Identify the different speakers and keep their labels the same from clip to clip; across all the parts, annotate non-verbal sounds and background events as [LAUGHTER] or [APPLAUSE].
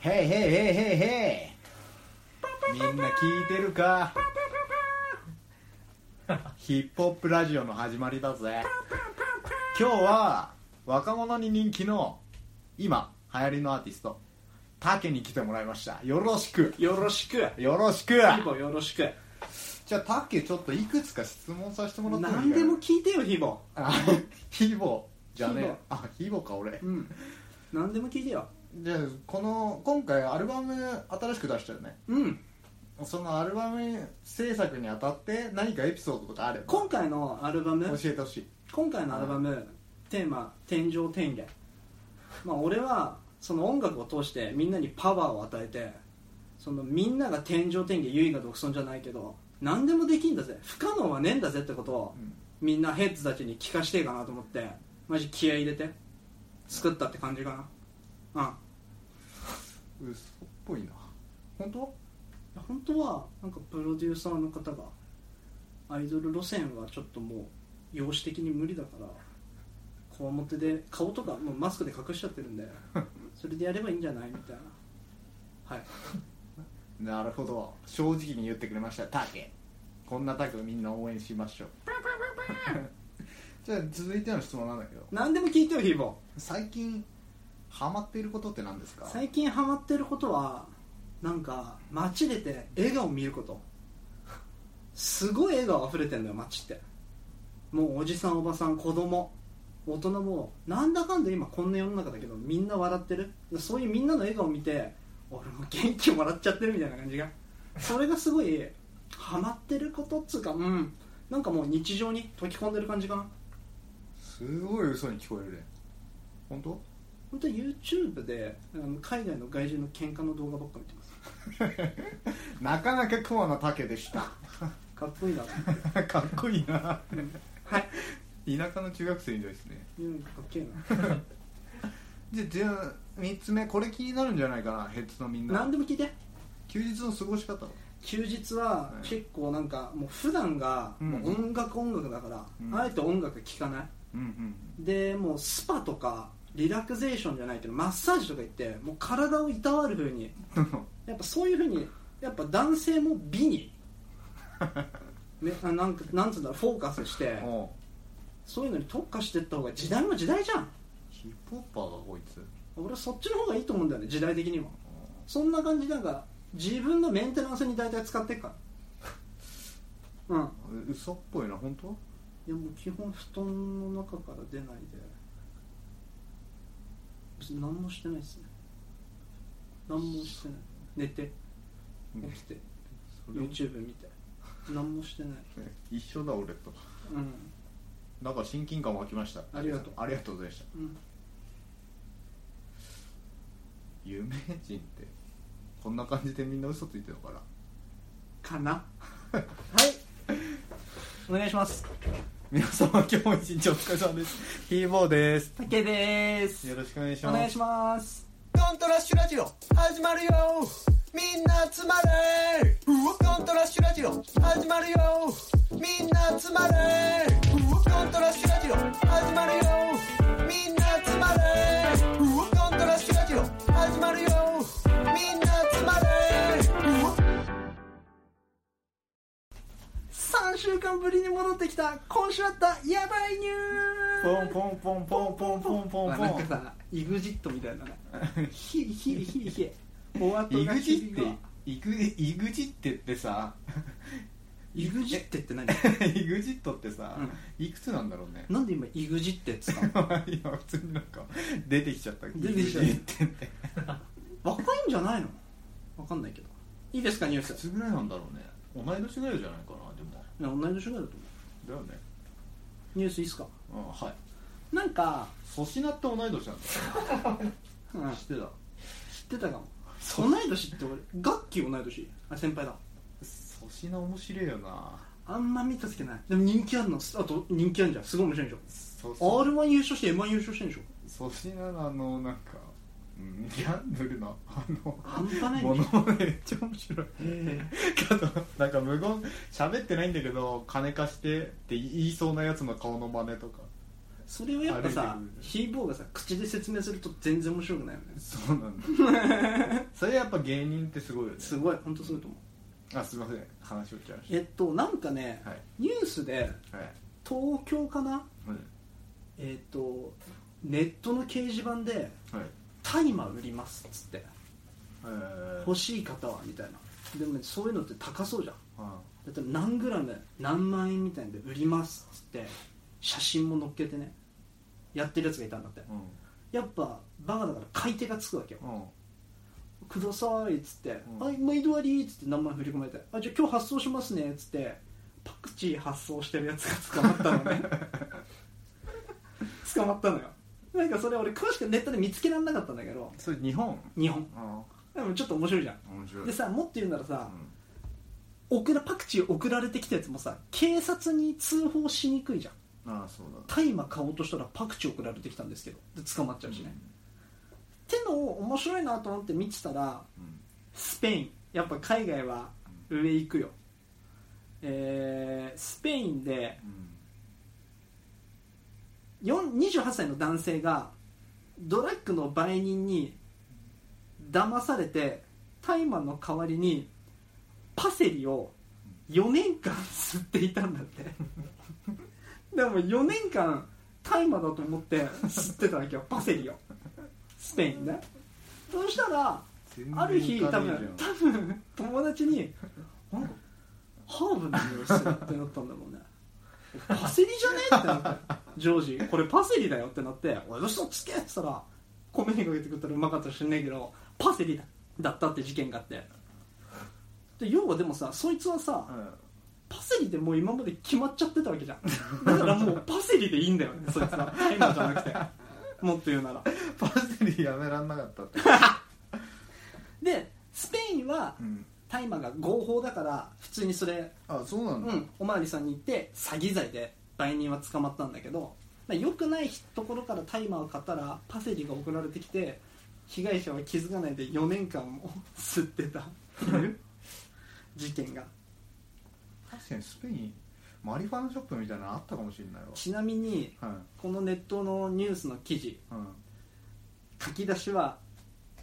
Speaker 1: へいへいへいへいへいみんな聞いてるかヒップホップラジオの始まりだぜ今日は若者に人気の今流行りのアーティストタケに来てもらいましたよろしく
Speaker 2: よろしく
Speaker 1: よろしく
Speaker 2: ヒボよろしく
Speaker 1: じゃあタケちょっといくつか質問させてもらってもい
Speaker 2: 何
Speaker 1: いか
Speaker 2: で
Speaker 1: な
Speaker 2: も聞いてよヒボ
Speaker 1: あヒボじゃね
Speaker 2: ヒ
Speaker 1: え
Speaker 2: ボ
Speaker 1: あヒボか俺
Speaker 2: うん何でも聞いてよ
Speaker 1: じゃあこの今回アルバム新しく出したよね
Speaker 2: うん
Speaker 1: そのアルバム制作にあたって何かエピソードとかあれば教
Speaker 2: 今回のアルバム
Speaker 1: えてほしい
Speaker 2: 今回のアルバムテーマ「天上天下」まあ俺はその音楽を通してみんなにパワーを与えてそのみんなが天上天下唯我独尊じゃないけど何でもできんだぜ不可能はねえんだぜってことを
Speaker 1: うん
Speaker 2: みんなヘッズたちに聞かしてえかなと思ってマジ気合い入れて作ったって感じかなうん
Speaker 1: 嘘っぽいな本当
Speaker 2: 本当はなんかプロデューサーの方がアイドル路線はちょっともう容姿的に無理だからこわもてで顔とかもうマスクで隠しちゃってるんでそれでやればいいんじゃないみたいなはい
Speaker 1: なるほど正直に言ってくれましたタケこんなタケをみんな応援しましょ
Speaker 2: [LAUGHS]
Speaker 1: うじゃあ続いての質問なんだけど
Speaker 2: 何でも聞いてよヒーボ
Speaker 1: 最近ハマっていることって何ですか
Speaker 2: 最近ハマってることはなんか街出て笑顔見ることすごい笑顔溢れてんだよ街ってもうおじさんおばさん子供大人もなんだかんだ今こんな世の中だけどみんな笑ってるそういうみんなの笑顔見て俺も元気もらっちゃってるみたいな感じがそれがすごいハマってることっつうかうんなんかもう日常に溶け込んでる感じかな
Speaker 1: すごい嘘に聞こえるね本当
Speaker 2: 本当に YouTube であの海外の外人の喧嘩の動画ばっか見てます
Speaker 1: なかなかクマのタケでした
Speaker 2: [LAUGHS] かっこいいなと思って
Speaker 1: かっこいいな
Speaker 2: はい。
Speaker 1: 田舎の中学生みたいですね
Speaker 2: うん、かっけえ
Speaker 1: じゃじゃあ3つ目これ気になるんじゃないかなヘッズのみん [LAUGHS]
Speaker 2: な。
Speaker 1: な
Speaker 2: 何でも聞いて。
Speaker 1: 休日の過ごし方は
Speaker 2: 休日は
Speaker 1: はい
Speaker 2: 結構なんかもう普段が
Speaker 1: うん
Speaker 2: もう音楽音楽だから、
Speaker 1: うん
Speaker 2: あえて音楽聴かない。
Speaker 1: うんうん
Speaker 2: で、もうスパとかリラクゼーションじゃないけどマッサージとか行ってもう体をいたわる風に、やっぱそういう風にやっぱ男性も美
Speaker 1: [LAUGHS]
Speaker 2: に。めあなんかなんつうんだろうフォーカスして
Speaker 1: おう
Speaker 2: そういうのに特化していった方が時代も時代じゃん
Speaker 1: ヒップホッパーがこいつ
Speaker 2: 俺はそっちの方がいいと思うんだよね時代的にもそんな感じなんか自分のメンテナンスに大体使ってっからうん
Speaker 1: う嘘っぽいな本当
Speaker 2: いやもう基本布団の中から出ないで別に何もしてないですね何もしてない寝て起きて YouTube 見て何もしてない
Speaker 1: 一緒だ俺と
Speaker 2: うん
Speaker 1: なんか親近感湧きました
Speaker 2: ありがとう
Speaker 1: ありがとうございました
Speaker 2: うん
Speaker 1: 有名人ってこんな感じでみんな嘘ついてるのかな
Speaker 2: かなはいお願いします
Speaker 1: 皆様今日も一日お疲れ様ですヒーボーです
Speaker 2: たけでーす
Speaker 1: よろしくお願いし
Speaker 2: お
Speaker 1: ます
Speaker 2: 願いします
Speaker 3: コントラッシュラジオ始まるよみんな集まれコントラッシュラジオ始まるよみんな集まれコントラッシュラジオ始まるよみんな集まれコントラッシュラジオ始まるよみんな集まれ
Speaker 2: 3週間ぶりに戻ってきた今週あったやばいニュース
Speaker 1: ポンポンポンポンポンポンポンポ
Speaker 2: なんか
Speaker 1: ン
Speaker 2: さ EXIT みたいなねヒリヒリヒリヒリお後
Speaker 1: イ
Speaker 2: が
Speaker 1: グジ
Speaker 2: 響
Speaker 1: って
Speaker 2: くわ
Speaker 1: イグイグジってってさ [LAUGHS]
Speaker 2: EXIT って何
Speaker 1: イグジットってさ、いくつなんだろうね
Speaker 2: なんで今 EXIT ってっつったの
Speaker 1: [LAUGHS] 今普通になんか出てきちゃった
Speaker 2: 出てきちゃっ
Speaker 1: イ
Speaker 2: た
Speaker 1: グジってって
Speaker 2: 若いんじゃないのわかんないけどいいですかニュー
Speaker 1: い
Speaker 2: ス
Speaker 1: つぐらいなんだろうね同い年ぐらいじゃないかなでも
Speaker 2: いや同い年ぐらいだと思
Speaker 1: だよね
Speaker 2: うニュースいいっすか
Speaker 1: うんはい
Speaker 2: なんか、
Speaker 1: 粗品って同い年なんだよ知ってた
Speaker 2: うん知ってたかも同い年って俺楽器同い年あ先輩だ
Speaker 1: 粗品面白いよな
Speaker 2: あんま見たつけないでも人気あんのあと人気あんじゃんすごい面白いでし
Speaker 1: そ
Speaker 2: ょ R1 優勝して M1 優勝してんでしょ
Speaker 1: 粗品のあのなんか、うん、ギャンブルのあの
Speaker 2: 半端ない
Speaker 1: も
Speaker 2: ね
Speaker 1: のまねめっちゃ面白い
Speaker 2: え
Speaker 1: けどなんか無言喋ってないんだけど金貸してって言いそうなやつの顔の真似とか
Speaker 2: えそれをやっぱさ
Speaker 1: 歩いてくる
Speaker 2: ヒーボーがさ口で説明すると全然面白くないよね
Speaker 1: そうなんだそれやっぱ芸人ってすごいよね
Speaker 2: すごい本当そうだと思う
Speaker 1: あすいません話をっちゃいまし
Speaker 2: えっとなんかね、
Speaker 1: はい
Speaker 2: ニュースで
Speaker 1: たはい、
Speaker 2: 東京かな
Speaker 1: う
Speaker 2: えっとネットの掲示板で
Speaker 1: んはい
Speaker 2: タイマー売りますっつって
Speaker 1: えー
Speaker 2: 欲しい方はみたいなでもねそういうのって高そうじゃん
Speaker 1: あ
Speaker 2: だって何グラム何万円みたいなんで売りますっつって写真も載っけてねやってるやつがいたんだって
Speaker 1: うん
Speaker 2: やっぱバカだから買い手がつくわけよ
Speaker 1: うん
Speaker 2: 「ください」っつって「
Speaker 1: うん
Speaker 2: はい毎度あり」っつって何万円振り込まれて「あじゃあ今日発送しますね」っつってパクチー発送してるやつが捕 [LAUGHS] まったのね捕まったのよなんかそれ俺詳しくネットで見つけられなかったんだけど
Speaker 1: それ日本
Speaker 2: 日本
Speaker 1: あ
Speaker 2: でもちょっと面白いじゃん
Speaker 1: あ面白い
Speaker 2: でさもっと言うならさ
Speaker 1: う、ん
Speaker 2: 送らパクチー送られてきたやつもさ警察に通報しにくいじゃん
Speaker 1: ああそうだ
Speaker 2: 大麻買おうとしたらパクチー送られてきたんですけどで捕まっちゃうしね、ってのを面白いなと思って見てたら
Speaker 1: うん
Speaker 2: スペインやっぱ海外は上行くよ、えースペインで
Speaker 1: うん
Speaker 2: 4 28歳の男性がドラッグの売人に騙されて大麻の代わりにパセリを4年間吸っていたんだって [LAUGHS] でも4年間大麻だと思って吸ってたわけよパセリをスペインでそうしたら
Speaker 1: 全然
Speaker 2: ある日
Speaker 1: 行
Speaker 2: 多
Speaker 1: かねえじゃん
Speaker 2: 分多分友達に「なんかハーブの匂いする」ってなったんだろうねパセリじゃねえってなってジョージこれパセリだよってなって「俺どうしたのつけ!」って言ったら米にかけて食ったらうまかったか知んないけどパセリだだったって事件があってで要はでもさそいつはさ
Speaker 1: うん
Speaker 2: パセリでもう今まで決まっちゃってたわけじゃんだからもうパセリでいいんだよねそいつはタイマーじゃなくてもっと言うなら
Speaker 1: パセリやめらんなかったって、
Speaker 2: でスペインは
Speaker 1: うん、
Speaker 2: 大麻が合法だから普通にそれ、
Speaker 1: あそうなんだ、
Speaker 2: うん、おまわりさんに行って詐欺罪で売人は捕まったんだけど、まあ、良くないところから大麻を買ったらパセリが送られてきて被害者は気づかないで4年間も [LAUGHS] 吸ってたっていう事件が
Speaker 1: 確かにスペインマリファナショップみたいなのあったかもしれないわ
Speaker 2: ちなみに
Speaker 1: は
Speaker 2: このネットのニュースの記事
Speaker 1: い、うん、
Speaker 2: 書き出しは、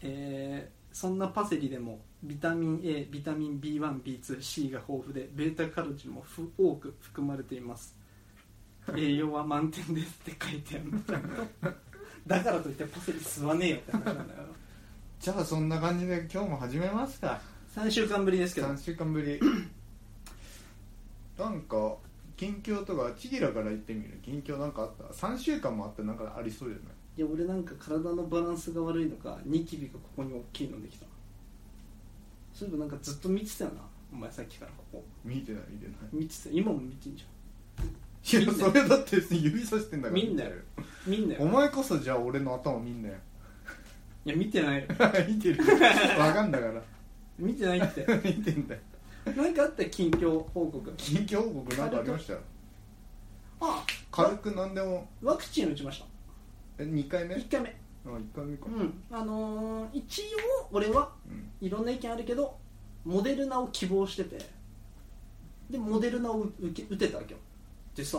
Speaker 2: えーそんなパセリでもビタミン A ビタミン B1B2C が豊富でベータカロテンもふ多く含まれています栄養は満点ですって書いてあるんだけどだからといってパセリ吸わねえよって話なんだよ
Speaker 1: じゃあそんな感じで今日も始めますか
Speaker 2: 3週間ぶりですけど
Speaker 1: 3週間ぶりなんか近況とかチギラから言ってみる近況なんかあった3週間もあってなんかありそうじゃない
Speaker 2: いや俺なんか体のバランスが悪いのかニキビがここに大きいのできたそういえばなんかずっと見てたよなお前さっきからここ
Speaker 1: 見てない見てない
Speaker 2: 見てた今も見てんじ
Speaker 1: いや
Speaker 2: 見ん
Speaker 1: そ
Speaker 2: なよ
Speaker 1: れだって別に指さしてんだ
Speaker 2: ゃん
Speaker 1: から
Speaker 2: 見んなよ見んな
Speaker 1: お
Speaker 2: よ
Speaker 1: 前こそじゃあ俺の頭見んなよ [LAUGHS]
Speaker 2: いや見てないよ
Speaker 1: 見 [LAUGHS] てるわかんだから [LAUGHS]
Speaker 2: 見てないって
Speaker 1: 見てんだよ
Speaker 2: [LAUGHS] 何かあった近況報告
Speaker 1: 近況報告なんかありました
Speaker 2: あ
Speaker 1: 軽く何でも
Speaker 2: ワクチン打ちました
Speaker 1: え2回目あ
Speaker 2: 1回目
Speaker 1: 1回目か
Speaker 2: うんあのー一応俺は
Speaker 1: うん
Speaker 2: いろんな意見あるけどモデルナを希望しててでモデルナを受け打てたわけよでさ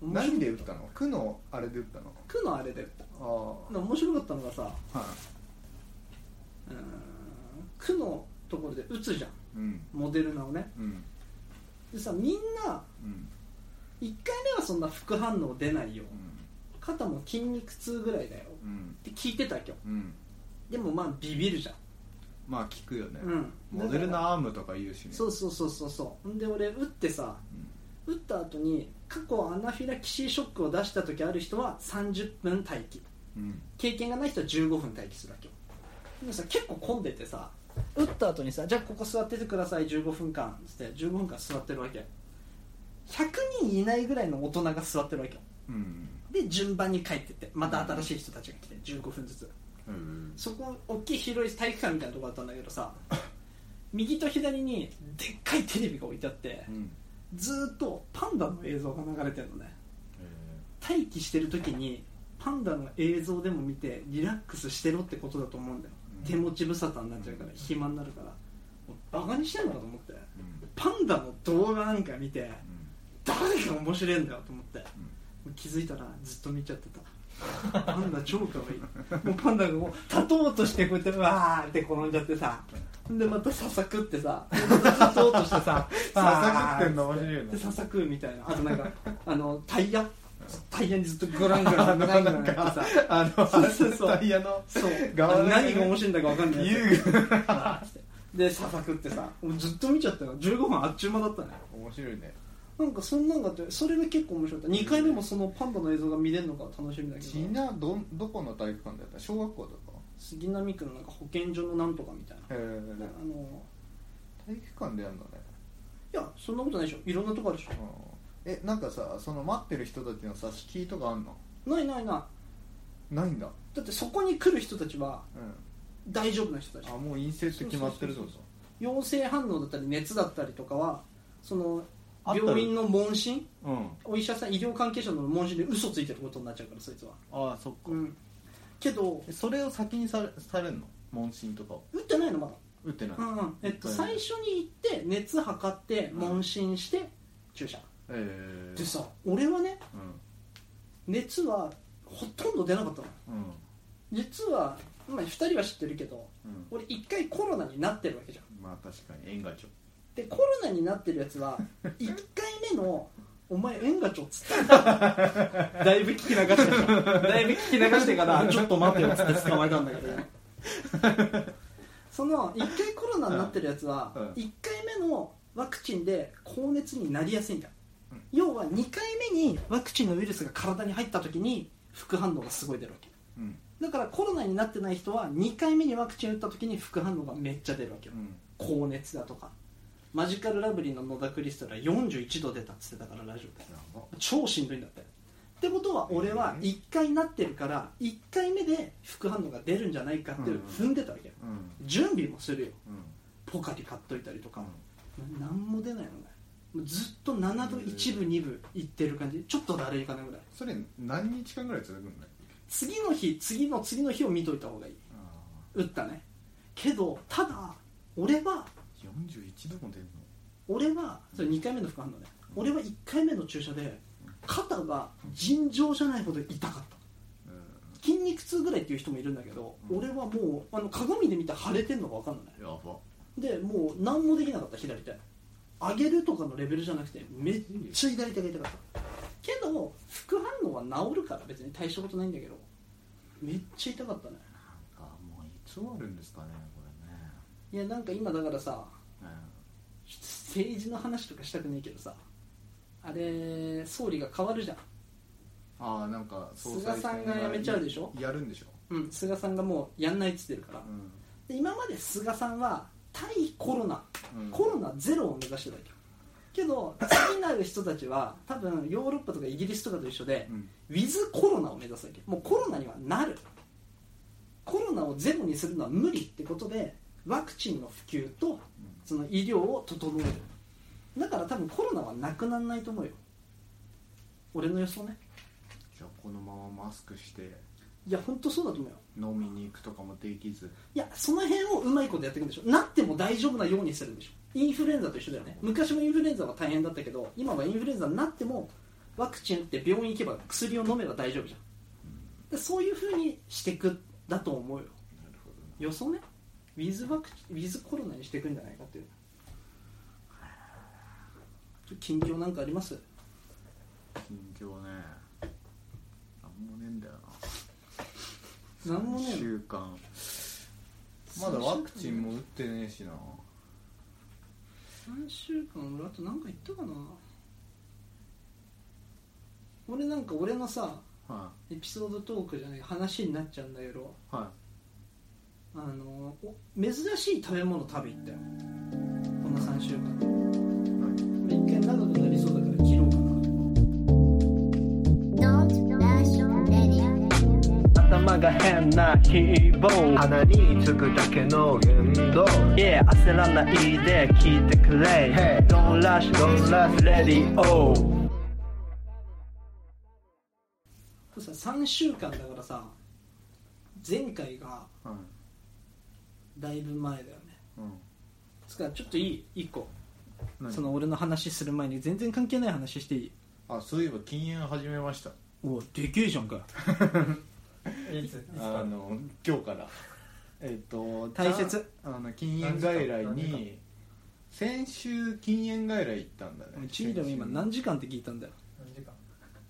Speaker 2: 面白
Speaker 1: 何
Speaker 2: い
Speaker 1: で打ったの区のあれで打ったの
Speaker 2: 区のあれで打った
Speaker 1: あ
Speaker 2: でも面白かったのがさ
Speaker 1: あは
Speaker 2: うーん区のところで打つじゃん
Speaker 1: いうん
Speaker 2: モデルナをね
Speaker 1: うん
Speaker 2: でさみんな
Speaker 1: うん
Speaker 2: 1回目はそんな副反応出ないよ
Speaker 1: うん
Speaker 2: 肩も筋肉痛ぐらいだよ
Speaker 1: うん
Speaker 2: って聞いてたわけよ
Speaker 1: うん
Speaker 2: でもまあビビるじゃん
Speaker 1: まあ聞くよね、
Speaker 2: うん
Speaker 1: モデルナアームとか言うしね
Speaker 2: そうそうそうそうそうんで俺打ってさ打った後に過去アナフィラキシーショックを出した時ある人は30分待機
Speaker 1: うん、うん
Speaker 2: 経験がない人は15分待機するわけよでもさ結構混んでてさ打った後にさじゃあここ座っててください15分間つって15分間座ってるわけ100人いないぐらいの大人が座ってるわけよ
Speaker 1: うん
Speaker 2: で順番に帰ってってまた新しい人たちが来て15分ずつ
Speaker 1: うん
Speaker 2: そこ大きい広い体育館みたいなとこあったんだけどさ右と左にでっかいテレビが置いてあって
Speaker 1: うん
Speaker 2: ずーっとパンダの映像が流れてるのね
Speaker 1: え
Speaker 2: 待機してる時にパンダの映像でも見てリラックスしてろってことだと思うんだよ、
Speaker 1: うん
Speaker 2: 手持ち無沙汰になっちゃうから、暇になるからもうバカにしてんのかと思って
Speaker 1: ーうん
Speaker 2: パンダの動画なんか見て
Speaker 1: うん
Speaker 2: 誰が面白いんだよと思って、
Speaker 1: ん
Speaker 2: 気づいたらずっと見ちゃってたパンダ超可愛いもうパンダがもう立とうとしてこうやってうわーって転んじゃってさでまたささくってさ立とうとして [LAUGHS] さ
Speaker 1: ささくってんの面白いね
Speaker 2: でささくみたいなあとなんか [LAUGHS] あのタイヤタイヤにずっとグラングラングラングランやってさ
Speaker 1: あの
Speaker 2: そうそうそう
Speaker 1: タイヤの
Speaker 2: そう
Speaker 1: 側
Speaker 2: あ
Speaker 1: だけ
Speaker 2: の
Speaker 1: ね
Speaker 2: 何が面白いんだか分かんないや
Speaker 1: 遊具
Speaker 2: つでささくってさもうずっと見ちゃったよ15分あっちゅう間だったね
Speaker 1: 面白いね
Speaker 2: なんかそんなんがあってそれが結構面白かった2回目もそのパンダの映像が見れるのが楽しみだけ
Speaker 1: ち
Speaker 2: ど
Speaker 1: などどこの体育館だった小学校とか
Speaker 2: 杉並区のなんか保健所のなんとかみたいな
Speaker 1: へえ
Speaker 2: あの
Speaker 1: 体育館でやるのね
Speaker 2: いやそんなことないでしょいろんなとこあるでし
Speaker 1: うんえなんかさその待ってる人たちのさ敷居とかあんの
Speaker 2: ょないないな
Speaker 1: ないんだ、
Speaker 2: いだってそこに来る人たちは
Speaker 1: うん、
Speaker 2: 大丈夫な人たち
Speaker 1: あもう陰性って決まってるぞ
Speaker 2: そうそう陽性反応だったり熱だったりとかはその
Speaker 1: あったよ
Speaker 2: 病院の問診
Speaker 1: うん
Speaker 2: お医者さん医療関係者の問診で嘘ついてることになっちゃうからそいつは
Speaker 1: ああそっか、
Speaker 2: うんけど
Speaker 1: えそれを先にされされんの問診とかを
Speaker 2: 打ってないのまだ
Speaker 1: 打ってない、
Speaker 2: うんうんえっと、
Speaker 1: うん
Speaker 2: 最初に行って熱測って
Speaker 1: うん
Speaker 2: 問診して注射、
Speaker 1: ええ
Speaker 2: でさ俺はね
Speaker 1: う
Speaker 2: 熱はほとんど出なかったの
Speaker 1: んうん
Speaker 2: 実は、まあ、2人は知ってるけど
Speaker 1: うん
Speaker 2: 俺1回コロナになってるわけじゃん
Speaker 1: まあ確かに縁がちょ
Speaker 2: でコロナになってるやつ
Speaker 1: [LAUGHS]
Speaker 2: は1回目の「お前縁がちょ」っつって
Speaker 1: [LAUGHS]
Speaker 2: だいぶ聞き流してただいぶ聞き流してから「ちょっと待てよ」っつって捕まえたんだけど
Speaker 1: [LAUGHS]
Speaker 2: ねその1回コロナになってるやつは
Speaker 1: うん
Speaker 2: 1回目のワクチンで高熱になりやすいんだ要は2回目にワクチンのウイルスが体に入った時に副反応がすごい出るわけ
Speaker 1: うん
Speaker 2: だからコロナになってない人は2回目にワクチン打った時に副反応がめっちゃ出るわけよ
Speaker 1: うん
Speaker 2: 高熱だとかマジカルラブリーの野田クリスタルは41度出たっつってたからラジオで
Speaker 1: やば
Speaker 2: 超しんどいんだってってことは俺は
Speaker 1: うん
Speaker 2: 1回なってるから1回目で副反応が出るんじゃないかっていうのを踏んでたわけよ
Speaker 1: うん
Speaker 2: 準備もするよ
Speaker 1: うん
Speaker 2: ポカリ買っといたりとか、な何も出ないのねもうずっと7度1分2分いってる感じちょっとだれいかないぐらい
Speaker 1: それ何日間ぐらい続くんだっけ
Speaker 2: 次の日次の次の日を見といた方がいい
Speaker 1: あ
Speaker 2: 打ったねけどただ俺は
Speaker 1: あ41度も出るの
Speaker 2: 俺はそれ2回目の副反応ね俺は1回目の注射で肩が尋常じゃないほど痛かった
Speaker 1: うん
Speaker 2: 筋肉痛ぐらいっていう人もいるんだけど、
Speaker 1: うん
Speaker 2: 俺はもうあの鏡で見て腫れてんのが分かんない
Speaker 1: やば
Speaker 2: でもう何もできなかった左手上げるとかのレベルじゃなくてめっちゃ左手が痛かったけど副反応は治るから別に大したことないんだけどめっちゃ痛かったね
Speaker 1: なんかもういつ終わるんですかねこれね
Speaker 2: いやなんか今だからさ
Speaker 1: うん
Speaker 2: 政治の話とかしたくないけどさあれ総理が変わるじゃん
Speaker 1: ああなんか総裁選
Speaker 2: 菅さんが辞めちゃうでしょ
Speaker 1: やるんでしょ
Speaker 2: うん、菅さんがもうやんないっつってるから、
Speaker 1: うん
Speaker 2: で今まで菅さんは対コロナ、
Speaker 1: うん
Speaker 2: コロナゼロを目指してたわけよけど次になる人たちは多分ヨーロッパとかイギリスとかと一緒で、
Speaker 1: うん
Speaker 2: ウィズコロナを目指すわけもうコロナにはなるコロナをゼロにするのは無理ってことでワクチンの普及とその医療を整えるだから多分コロナはなくならないと思うよ俺の予想ね
Speaker 1: じゃあこのままマスクして
Speaker 2: いや本当そうだと思うよ
Speaker 1: 飲みに行くとかもできず
Speaker 2: いやその辺をうまいことやっていくんでしょなっても大丈夫なようにするんでしょインフルエンザと一緒だよね昔もインフルエンザは大変だったけど今はインフルエンザになってもワクチン打って病院行けば薬を飲めば大丈夫じゃんでそういうふうにしていくだと思う
Speaker 1: な
Speaker 2: よ
Speaker 1: るほど
Speaker 2: 予想ねウィズワクチンウィズコロナにしていくんじゃないかっていうちょ近況なんかあります
Speaker 1: 近況ねなんもねえんだよ
Speaker 2: なん
Speaker 1: な
Speaker 2: もね
Speaker 1: 1週間まだワクチンも打ってねえしな
Speaker 2: 3週間俺あと何か言ったかな俺なんか俺のさ
Speaker 1: は
Speaker 2: エピソードトークじゃない話になっちゃうんだけど
Speaker 1: いは
Speaker 2: あのお珍しい食べ物食べ行ったよこの3週間
Speaker 1: い何
Speaker 2: まあ一回長くなりそうだから切ろうか
Speaker 4: Not rational anymore.
Speaker 5: 頭が変な希望
Speaker 6: 鼻につくだけの言動
Speaker 5: Yeah 焦らないで聞いてくれ
Speaker 6: Hey
Speaker 5: Don't rush Don't rush Radio
Speaker 2: これさ3週間だからさ前回が
Speaker 1: はい
Speaker 2: だいぶ前だよね
Speaker 1: うん
Speaker 2: つかちょっといい1個
Speaker 1: 何
Speaker 2: その俺の話する前に全然関係ない話していい
Speaker 1: あそういえば禁煙始めました
Speaker 2: おでけえじゃんか
Speaker 7: いつ
Speaker 1: あの今日
Speaker 2: [LAUGHS]
Speaker 1: からえっと
Speaker 2: 大切
Speaker 1: たあの禁煙外来に先週禁煙外来行ったんだね
Speaker 2: チーでも今何時間って聞いたんだよ
Speaker 7: 何時間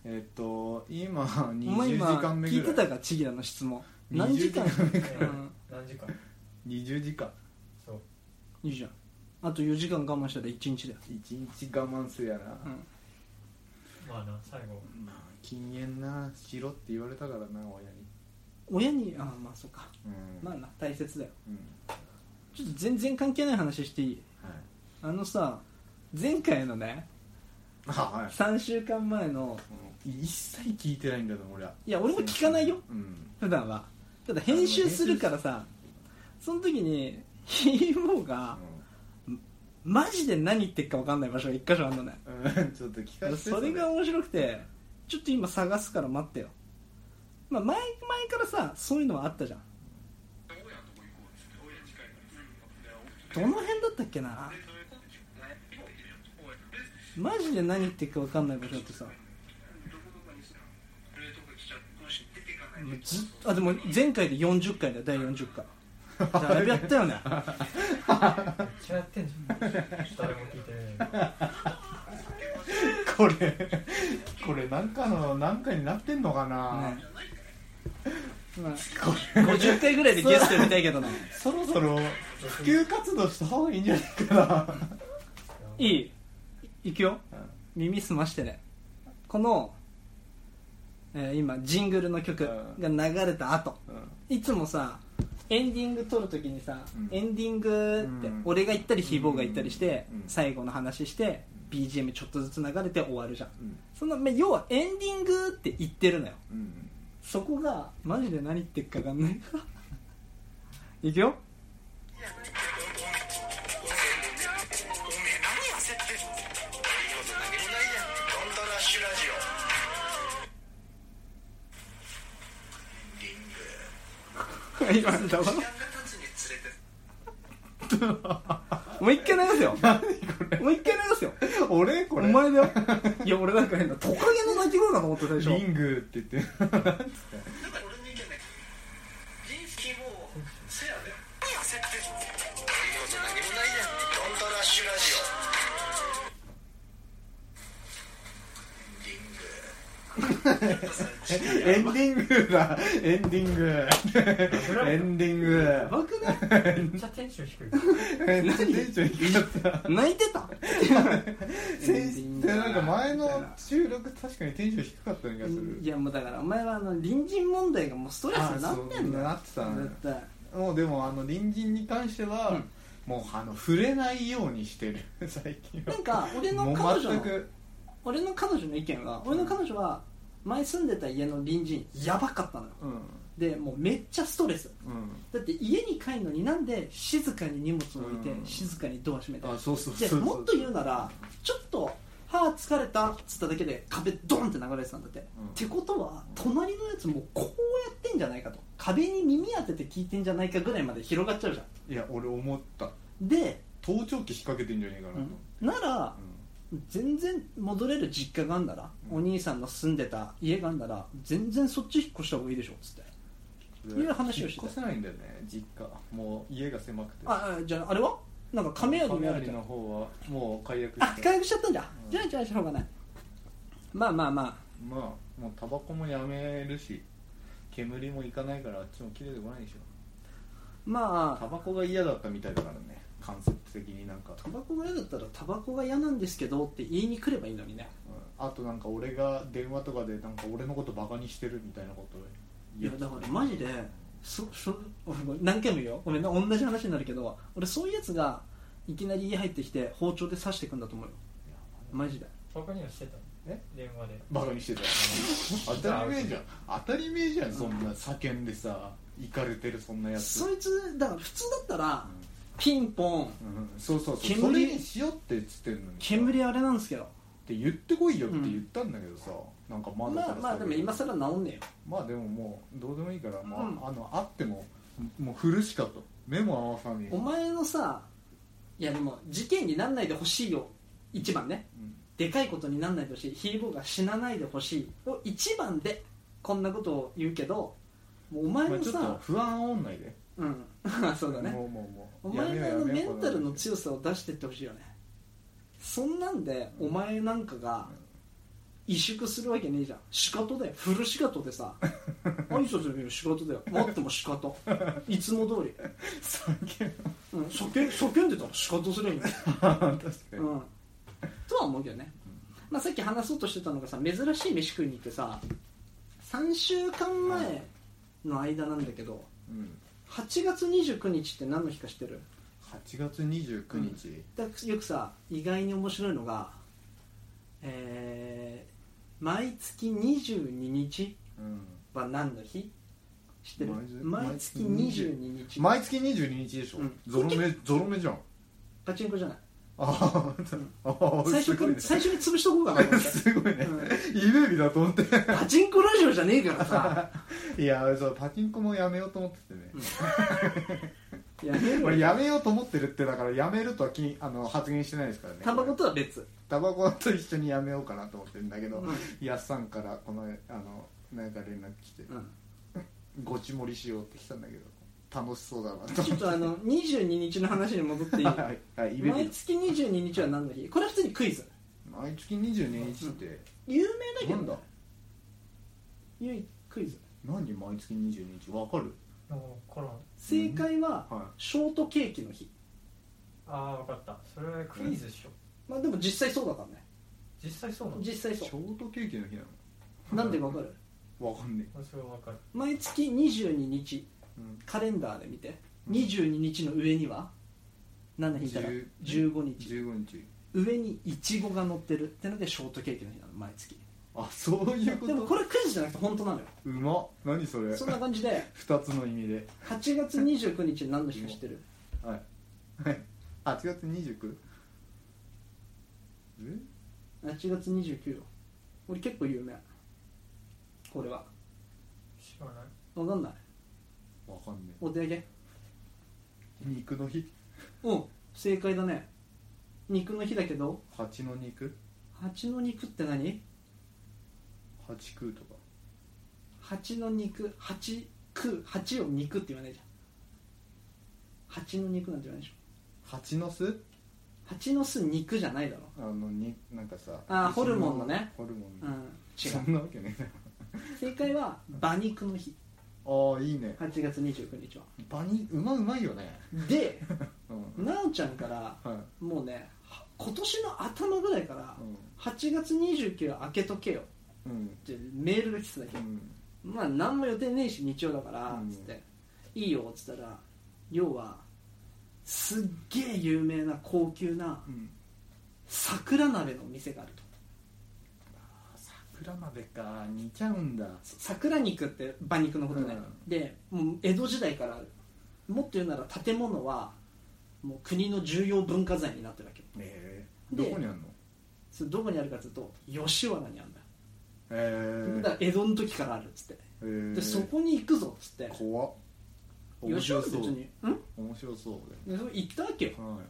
Speaker 1: えっと今
Speaker 2: お
Speaker 1: 20
Speaker 2: 前
Speaker 1: 時
Speaker 2: 今
Speaker 1: 間目
Speaker 2: 聞いて
Speaker 1: ぐら
Speaker 2: た
Speaker 1: い
Speaker 2: かチギラの質問
Speaker 1: 20
Speaker 2: 何時間
Speaker 1: 時間
Speaker 2: うん
Speaker 7: 何時間
Speaker 1: 20時間
Speaker 7: そう
Speaker 2: いいじゃんあと4時間我慢したら1日だよ
Speaker 1: 1日我慢するやな、
Speaker 2: うん
Speaker 7: まあな最後
Speaker 1: まあ禁煙なしろって言われたからな親に
Speaker 2: 親にあまあそうか
Speaker 1: うん
Speaker 2: まあな大切だよ
Speaker 1: うん
Speaker 2: ちょっと全然関係ない話していい
Speaker 1: はい
Speaker 2: あのさ前回のね
Speaker 1: あはい
Speaker 2: 3週間前の
Speaker 1: うん一切聞いてないんだと思う俺はい
Speaker 2: や俺も聞かないよ
Speaker 1: うん
Speaker 2: 普段はただ編集するからさその時にひーぼがマジで何言ってっか分かんない場所が1箇所あんのね
Speaker 1: うんうんちょっと聞かせて
Speaker 2: それが面白くてちょっと今探すから待ってよ、まあ、前前からさそういうのはあったじゃんどの辺だったっけなマジで何言ってるか分かんない場所ってさもうずっとあでも前回で40回だよ第40回だいぶやった
Speaker 1: [LAUGHS]
Speaker 2: よね
Speaker 7: 一応やってんじゃん誰も聞いてないの
Speaker 1: これこれなんかのなんかになってんのかな、 [LAUGHS]
Speaker 2: ねまあ、50回ぐらいでゲスト呼びたいけどな
Speaker 1: そろそろ普及活動した方がいいんじゃないか [LAUGHS]
Speaker 2: いいいくよ、
Speaker 1: うん
Speaker 2: 耳澄ましてねこの、えー今ジングルの曲が流れた後、
Speaker 1: な、うん
Speaker 2: いつもさエンディング撮るときにさ、
Speaker 1: うん
Speaker 2: エンディングって
Speaker 1: うん
Speaker 2: 俺が言ったりひぼうが言ったりして、
Speaker 1: うん
Speaker 2: 最後の話して BGM ちょっとずつ流れて終わるじゃん
Speaker 1: うん
Speaker 2: そのま要はエンディングって言ってるのよ
Speaker 1: [LAUGHS] うん
Speaker 2: そこがマジで何言ってるか分か
Speaker 1: [LAUGHS]
Speaker 2: んないいくよ今のだわもう一回流すよもう一回流すよ
Speaker 1: 俺こ
Speaker 2: お
Speaker 1: れ
Speaker 2: 前だよ [LAUGHS] いや俺なんか変だトカゲの鳴き声かと思った最初
Speaker 1: リングって言ってなんつってエンディングだエンディングエンディン
Speaker 2: や
Speaker 1: グ
Speaker 2: ばくない
Speaker 7: めっちゃテンション低い
Speaker 1: めっちゃテンション低かった
Speaker 2: 泣いて
Speaker 1: [LAUGHS]
Speaker 2: た
Speaker 1: 先でなんか前の収録確かにテンション低かった気がする
Speaker 2: いやもうだからお前はあの隣人問題がもうストレスになってんだよ
Speaker 1: あそうなって
Speaker 2: 絶対
Speaker 1: もうでもあの隣人に関しては、
Speaker 2: うん
Speaker 1: もうあの触れないようにしてる最近は
Speaker 2: なんか俺の
Speaker 1: もう
Speaker 2: 彼女
Speaker 1: 全
Speaker 2: の
Speaker 1: く
Speaker 2: 俺の彼女の意見は俺の彼女は前住んでた家の隣人やばかったのよ
Speaker 1: うん
Speaker 2: でもうめっちゃストレス
Speaker 1: うん
Speaker 2: だって家に帰るのになんで静かに荷物を置いて
Speaker 1: うん
Speaker 2: 静かにドア閉めて
Speaker 1: あそうそうそう
Speaker 2: で
Speaker 1: そう
Speaker 2: もっと言うならちょっと「はあ疲れた」っつっただけで壁ドンって流れてたんだって、
Speaker 1: ん
Speaker 2: ってことは隣のやつもこうやってんじゃないかと壁に耳当てて聞いてんじゃないかぐらいまで広がっちゃうじゃ
Speaker 1: いや俺思った
Speaker 2: んで、
Speaker 1: 盗聴器仕掛けてんじゃねえかなと、うん
Speaker 2: なら全然戻れる実家があんなら、お兄さんの住んでた家があんなら全然そっち引っ越した方がいいでしょっつっ
Speaker 1: で
Speaker 2: ていう話をしてた
Speaker 1: 引っ越せないんだよね実家もう家が狭くて
Speaker 2: ああじゃああれはなんか亀有にあるじゃん
Speaker 1: の方はもう解約
Speaker 2: あ
Speaker 1: して
Speaker 2: 回復しちゃったんだ、じゃあじゃあしょうがないまあまあま
Speaker 1: まあもうタバコもやめるし煙もいかないからあっちも切れてこないでしょ
Speaker 2: あまあ
Speaker 1: タバコが嫌だったみたいだからね間接的になんか、
Speaker 2: タバコが嫌だったらタバコが嫌なんですけどって言いに来ればいいのにね
Speaker 1: うんあとなんか俺が電話とかでなんか俺のことバカにしてるみたいなこと
Speaker 2: いやだからマジでそそ俺も何回も言うよごめんな同じ話になるけど俺そういうやつがいきなり家入ってきて包丁で刺してくんだと思うよマジで
Speaker 7: 他にはしてたの
Speaker 1: え
Speaker 7: 電話で
Speaker 1: バカにしてたよ当たり前じゃん当たり前じゃんそんな叫んでさいかれてるそんなやつ
Speaker 2: そいつだから普通だったらピンポン
Speaker 1: うんそうそうそう
Speaker 2: 煙
Speaker 1: それにしようってっつってんのにさっ
Speaker 2: 煙あれなんですけど
Speaker 1: て言ってこいよって言ったんだけどさ、なんかまだ
Speaker 2: まあまあでも今更治んねえよ
Speaker 1: まあでももうどうでもいいから、まあ
Speaker 2: うん
Speaker 1: あの会ってももう振るしかと目も合わさねえ
Speaker 2: お前のさいやでも事件になんないでほしいよ一番ね
Speaker 1: うん
Speaker 2: でかいことにならないでほしいひいぼが死なないでほしいを一番でこんなことを言うけどもうお前
Speaker 1: まあ
Speaker 2: の
Speaker 1: ちょっと
Speaker 2: さ、
Speaker 1: 不安をんないで
Speaker 2: うん [LAUGHS] そうだね
Speaker 1: もうもうもう
Speaker 2: お前のあのメン
Speaker 1: [LAUGHS]
Speaker 2: タルの
Speaker 1: い
Speaker 2: 強さを出してってほしいよねそんなんでお前なんかが萎縮するわけねえじゃん仕方だよフル仕方
Speaker 1: [LAUGHS]
Speaker 2: でさ挨拶できる仕方だよ待っても仕方いつも
Speaker 1: [LAUGHS]
Speaker 2: 通り、うん、叫ん叫んでたら仕方すればいいんだよ、
Speaker 1: 確かに、
Speaker 2: うん、とは思うけどね、まあ、さっき話そうとしてたのがさ珍しい飯食いに行ってさ3週間前の間なんだけど
Speaker 1: うん、
Speaker 2: 8月29日って何の日か知ってる
Speaker 1: 8月29日、
Speaker 2: だよくさ意外に面白いのが、えー毎月22日
Speaker 1: うん
Speaker 2: は何の日知ってる
Speaker 1: 毎
Speaker 2: 毎
Speaker 1: 月
Speaker 2: 月22日
Speaker 1: 毎月22日でしょ、
Speaker 2: うん
Speaker 1: ゾロ目ゾロ目じゃん
Speaker 2: パチンコじゃない
Speaker 1: ああああ [LAUGHS]
Speaker 2: 最初
Speaker 1: す
Speaker 2: か
Speaker 1: ごい
Speaker 2: ら
Speaker 1: ね
Speaker 2: 最初に潰しと
Speaker 1: [LAUGHS]
Speaker 2: こうかなと思って
Speaker 1: すごいねイメージだと思って
Speaker 2: パチンコラジオじゃねえから
Speaker 1: [LAUGHS]
Speaker 2: さ
Speaker 1: いやそうパチンコもやめようと思っててね、
Speaker 2: やめろ
Speaker 1: 俺
Speaker 2: よ
Speaker 1: やめようと思ってるってだからやめるとはきあの発言してないですからね
Speaker 2: タバコとは別
Speaker 1: タバコと一緒にやめようかなと思ってるんだけど、
Speaker 2: うん
Speaker 1: やっさんからこのあのなんか連絡来て、
Speaker 2: うん
Speaker 1: ごち盛りしようって来たんだけど楽しそうだなと
Speaker 2: ちょ
Speaker 1: 思っ
Speaker 2: ってとあの22日の話に戻っていい
Speaker 1: [LAUGHS] はいはいイベント
Speaker 2: 毎月22日は何の日これは普通にクイズ
Speaker 1: 毎月22日って、
Speaker 2: 有名だけど
Speaker 1: なんだ
Speaker 2: ゆいクイズ
Speaker 1: 何毎月22日わかる
Speaker 7: なんかコロン
Speaker 2: 正解は
Speaker 1: は
Speaker 2: ショートケーキの日
Speaker 7: ああ分かったそれはクイズでしょ
Speaker 2: まあでも実際そうだからね
Speaker 7: 実際そうなの
Speaker 2: 実際
Speaker 1: いショ
Speaker 2: そ
Speaker 1: ートケーキの日な
Speaker 2: うなんでわかる
Speaker 1: のわかんね
Speaker 7: それは分かる
Speaker 2: 毎月22日
Speaker 1: え、うん、
Speaker 2: カレンダーで見て
Speaker 1: うん
Speaker 2: 22日の上には何の日から
Speaker 1: 10
Speaker 2: 15日
Speaker 1: 15日
Speaker 2: 上にイチゴが乗ってるってのでショートケーキの日なの毎月
Speaker 1: あそういうこと
Speaker 2: でもこれクイズじゃなくて本当なのよ
Speaker 1: うまっ何それ
Speaker 2: そんな感じで
Speaker 1: 2つの意味で
Speaker 2: 8月29日何の日か知ってる
Speaker 1: はいはい8月 29? え
Speaker 2: 8月29よ俺結構有名これは
Speaker 7: 知らない
Speaker 2: わかんない
Speaker 1: わかんねえ
Speaker 2: お手上げ
Speaker 1: 肉の日
Speaker 2: うん正解だね肉の日だけど
Speaker 1: 蜂の肉
Speaker 2: 蜂の肉って何
Speaker 1: 蜂食うとか
Speaker 2: 蜂の肉蜂食う蜂を肉って言わないじゃん蜂の肉なんて言わないでしょ
Speaker 1: 蜂の巣
Speaker 2: 蜂の巣肉じゃないだろ
Speaker 1: あのになんかさ
Speaker 2: あーホルモンのね
Speaker 1: ホルモン
Speaker 2: う
Speaker 1: の、
Speaker 2: ん違
Speaker 1: そ
Speaker 2: うん
Speaker 1: なわけねえな
Speaker 2: 正解は馬肉の日
Speaker 1: ああいいね
Speaker 2: 8月29日は
Speaker 1: バニうまうまいよね
Speaker 2: で
Speaker 1: うん
Speaker 2: なおちゃんから
Speaker 1: はい、
Speaker 2: もうねは今年の頭ぐらいから
Speaker 1: う
Speaker 2: 8月29日開けとけよ
Speaker 1: んうん
Speaker 2: ってメールが来てたけ
Speaker 1: う
Speaker 2: ど
Speaker 1: ん
Speaker 2: まあ何も予定ねえし日曜だから
Speaker 1: うん
Speaker 2: つって、いいよっつったら要はすっげえ有名な高級な
Speaker 1: うん
Speaker 2: 桜鍋のお店があると
Speaker 1: 桜鍋か煮ちゃうんだ
Speaker 2: さ桜肉って馬肉のことね、
Speaker 1: うん
Speaker 2: でもう江戸時代からあるもっと言うなら建物はもう国の重要文化財になってるわけよ
Speaker 1: え
Speaker 2: で
Speaker 1: どこにあんの
Speaker 2: それどこにあるかというと吉原にあるんだよ
Speaker 1: え
Speaker 2: だから江戸の時からあるっつって
Speaker 1: えー、
Speaker 2: でそこに行くぞっつって
Speaker 1: 怖っ面
Speaker 2: 吉
Speaker 1: 白
Speaker 2: 原
Speaker 1: そ
Speaker 2: 別
Speaker 1: う
Speaker 2: にうん
Speaker 1: 面白そうで
Speaker 2: でそこ行ったわけよ
Speaker 1: はい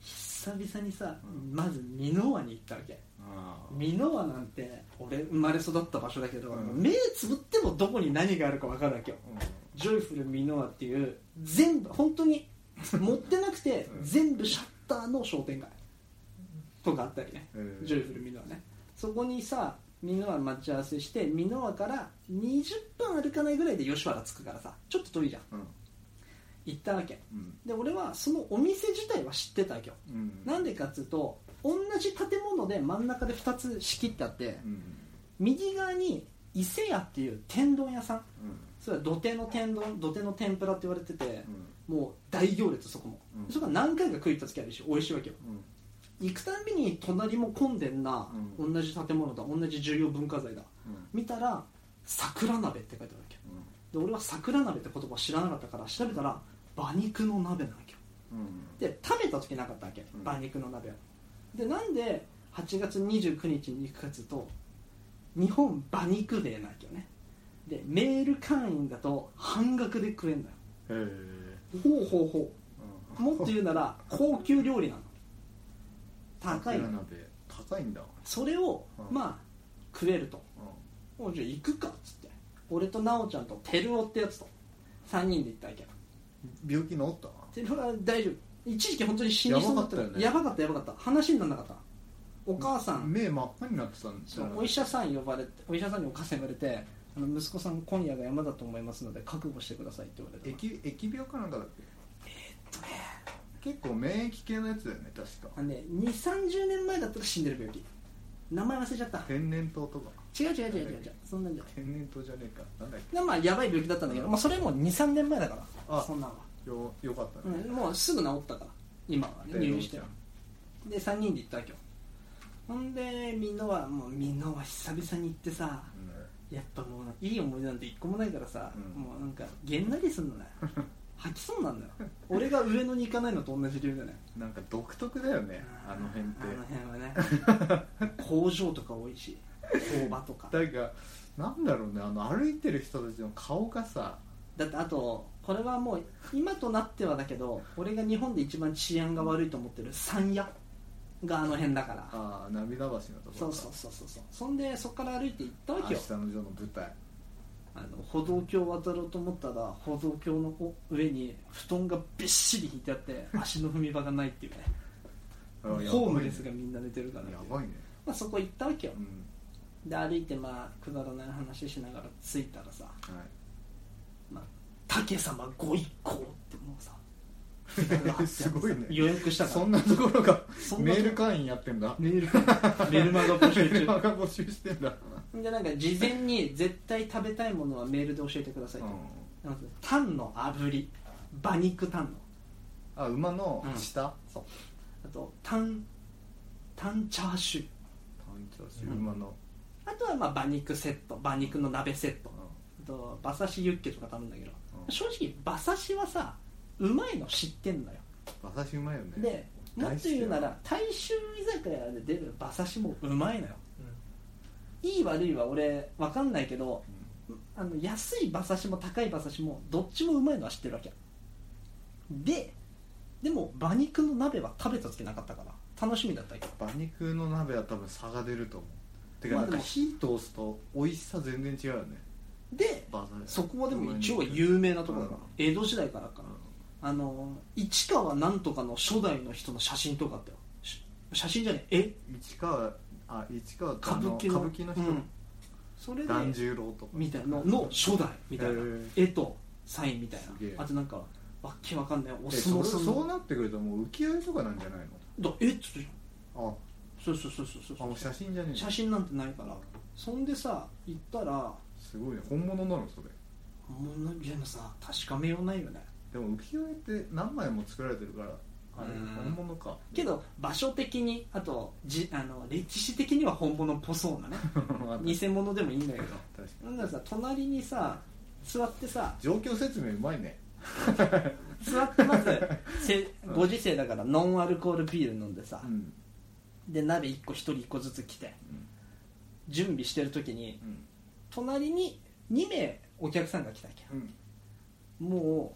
Speaker 2: 久々にさ、
Speaker 1: うん
Speaker 2: まず箕輪に行ったわけ
Speaker 1: あー
Speaker 2: 箕輪なんて俺生まれ育った場所だけど、
Speaker 1: うん
Speaker 2: 目つぶってもどこに何があるか分かるわけよジョイフル箕輪っていう全部本当
Speaker 1: [LAUGHS]
Speaker 2: に持ってなくて、
Speaker 1: うん
Speaker 2: 全部シャッターの商店街とかあったりね、
Speaker 1: へえ
Speaker 2: ジョイフル箕輪ねそこにさ箕輪待ち合わせして箕輪から20分歩かないぐらいで吉原着くからさちょっと遠いじゃん
Speaker 1: うん
Speaker 2: 行ったわけ
Speaker 1: うん
Speaker 2: で俺はそのお店自体は知ってたわけよ
Speaker 1: うん
Speaker 2: なんでかっつうと同じ建物で真ん中で2つ仕切ってあって
Speaker 1: うん
Speaker 2: 右側に伊勢屋っていう天丼屋さん
Speaker 1: うん
Speaker 2: それは土手の天丼土手の天ぷらって言われてて
Speaker 1: う、ん
Speaker 2: もう大行列そこも、
Speaker 1: うん
Speaker 2: それが何回か食いた時あるし美味しいわけよ
Speaker 1: うん
Speaker 2: 行くたんびに隣も混んでんな、
Speaker 1: う
Speaker 2: 同じ建物だ同じ重要文化財だ
Speaker 1: うん
Speaker 2: 見たら桜鍋って書いてあるわけよ
Speaker 1: うん
Speaker 2: で俺は桜鍋って言葉知らなかったから調べたら馬肉の鍋なわけよ
Speaker 1: うん
Speaker 2: で食べた時なかったわけ
Speaker 1: うん
Speaker 2: 馬肉の鍋を、でなんで8月29日に行くかっつうと日本馬肉デーなわけよねでメール会員だと半額で食えんだよ
Speaker 1: へえ
Speaker 2: ほうほうほ
Speaker 1: うん
Speaker 2: うもっと言うなら高級料理なの高い
Speaker 1: 桜
Speaker 2: の
Speaker 1: 鍋高いんだ
Speaker 2: それを、
Speaker 1: うん
Speaker 2: まあ食えると
Speaker 1: う
Speaker 2: おじゃあ行くかっつって俺と奈緒ちゃんと照夫ってやつと3人で行ったわけよ
Speaker 1: ん病気治った
Speaker 2: 照夫は大丈夫一時期本当に死にそうにな
Speaker 1: やばかったよね
Speaker 2: やばかったやばかった話にならなかったお母さん
Speaker 1: 目真っ赤になってたんです
Speaker 2: そうお医者さん呼ばれてお医者さんにお母さん呼ばれてあの息子さん今夜が山だと思いますので覚悟してくださいって言われて
Speaker 1: 疫疫病かなんかだっけ結構免疫系のやつだよね確
Speaker 2: あ
Speaker 1: か
Speaker 2: のね2 3 0年前だったら死んでる病気名前忘れちゃった
Speaker 1: 天然痘とか
Speaker 2: 違う違う違う違う違うそんなんじゃない
Speaker 1: 天然痘じゃねえかなんだっ
Speaker 2: でまあやばい病気だったんだけど、まあ、それも23年前だから
Speaker 1: あ
Speaker 2: そんなんは、
Speaker 1: けよよかった
Speaker 2: う
Speaker 1: ね、
Speaker 2: ん、もうすぐ治ったから今は
Speaker 1: 天
Speaker 2: ね入
Speaker 1: 然
Speaker 2: 院
Speaker 1: 痘
Speaker 2: して
Speaker 1: じゃん
Speaker 2: で3人で行ったわけよほんでみんなはもうみんなは久々に行ってさやっぱもういい思い出なんて一個もないからさ、
Speaker 1: うん
Speaker 2: もうなんかげんなりすんの
Speaker 1: [LAUGHS]
Speaker 2: ね吐きそうなんだよ俺が上野に行かないのと同じ理由だね
Speaker 1: うんなんか独特だよねあの辺って
Speaker 2: あの辺はね
Speaker 1: [LAUGHS]
Speaker 2: 工場とか多いし工場とか
Speaker 1: なんかなんだろうねあの歩いてる人たちの顔がさ
Speaker 2: だってあとこれはもう今となってはだけど俺が日本で一番治安が悪いと思ってる山谷があの辺だから
Speaker 1: ああ涙橋のところ
Speaker 2: そうそうそうそうそうそんでそこから歩いて行ったわ
Speaker 1: 明
Speaker 2: けよ
Speaker 1: 日のジョーの舞台
Speaker 2: あの歩道橋を渡ろうと思ったら歩道橋の上に布団がびっしり引いて
Speaker 1: [LAUGHS]
Speaker 2: あって足の踏み場がないっていうねホームレスがみんな寝てるから
Speaker 1: や
Speaker 2: っていう
Speaker 1: ばいね
Speaker 2: まあ、そこ行ったわけよ
Speaker 1: うん
Speaker 2: で歩いてまあくだらない話しながら着いたらさ
Speaker 1: はい
Speaker 2: 「竹様ご一行」ってもうさ
Speaker 1: [LAUGHS] すごいね
Speaker 2: 予約したから
Speaker 1: そんなところが
Speaker 2: そん
Speaker 1: メ
Speaker 2: なとこ
Speaker 1: ール会員やってんだ
Speaker 2: メ
Speaker 1: [LAUGHS]
Speaker 2: ールかメルマガ募
Speaker 1: メ
Speaker 2: 集
Speaker 1: ール
Speaker 2: 中
Speaker 1: が募集してんだ
Speaker 2: でなんか事前に絶対食べたいものはメールで教えてくださいと、なんかタンの炙り馬肉タンの
Speaker 1: あ馬の下
Speaker 2: あとタンタンチャーシュー
Speaker 7: うん
Speaker 1: 馬の
Speaker 2: あとはまあ馬肉セット馬肉の鍋セット
Speaker 1: うん
Speaker 2: あと馬刺しユッケとか頼むんだけ
Speaker 1: う
Speaker 2: ど、
Speaker 1: ん
Speaker 2: 正直馬刺しはさうまいの知ってんのよ
Speaker 1: 馬刺しうまいよね
Speaker 2: でもっと言うなら大衆居酒屋で出る馬刺しもうまいのよいい悪いは俺わかんないけどあの安い馬刺しも高い馬刺しもどっちもうまいのは知ってるわけででも馬肉の鍋は食べたつけなかったから楽しみだったわけ
Speaker 1: 馬肉の鍋は多分差が出ると思うてか
Speaker 2: ま
Speaker 1: な
Speaker 2: あ
Speaker 1: ん
Speaker 2: でも
Speaker 1: か火通すと美味しさ全然違うよね
Speaker 2: で
Speaker 1: 馬刺し
Speaker 2: そこはでも一応有名なところだから
Speaker 1: うん
Speaker 2: 江戸時代からかなあの市川なんとかの初代の人の写真とかあったよし写真じゃねえ絵
Speaker 1: 市川あ市川って
Speaker 2: 歌
Speaker 1: あ
Speaker 2: 舞
Speaker 1: の
Speaker 2: 伎の
Speaker 1: 歌舞伎の人
Speaker 2: うんそれで
Speaker 1: 團十郎とか
Speaker 2: みたいなのの初代みたいな
Speaker 1: へー
Speaker 2: 絵とサインみたい
Speaker 1: すげえ
Speaker 2: なあとなんかわっけわかんないお
Speaker 1: え
Speaker 2: 相
Speaker 1: そ
Speaker 2: 撲
Speaker 1: れ
Speaker 2: さん
Speaker 1: そう
Speaker 2: の
Speaker 1: なってくるともう浮世絵とかなんじゃない
Speaker 2: だえっつって
Speaker 1: の
Speaker 2: そうそうそうそうそう
Speaker 1: ああもう写真じゃねえ
Speaker 2: 写真なんてないからそんでさ行ったらも
Speaker 1: すごいね本物なのそれ
Speaker 2: うないやでもさ確かめようないよね
Speaker 1: でも浮世絵って何枚も作られてるからあれ
Speaker 2: うん
Speaker 1: 本物か
Speaker 2: けど場所的にあとじあの歴史的には本物っぽそう
Speaker 1: [LAUGHS]
Speaker 2: なね
Speaker 1: 確
Speaker 2: 偽物でもいいんだけど
Speaker 1: かに
Speaker 2: なんだろうさ隣にさ座っ
Speaker 1: [LAUGHS]
Speaker 2: てさ
Speaker 1: 状況説明うまいね
Speaker 2: 座ってまずせ
Speaker 1: うん
Speaker 2: ご時世だからノンアルコールビール飲んでさ、
Speaker 1: うん
Speaker 2: で鍋1個1人1個ずつ来て
Speaker 1: うん
Speaker 2: 準備してる時に
Speaker 1: うん
Speaker 2: 隣に2名お客さんが来たわけ
Speaker 1: うん
Speaker 2: も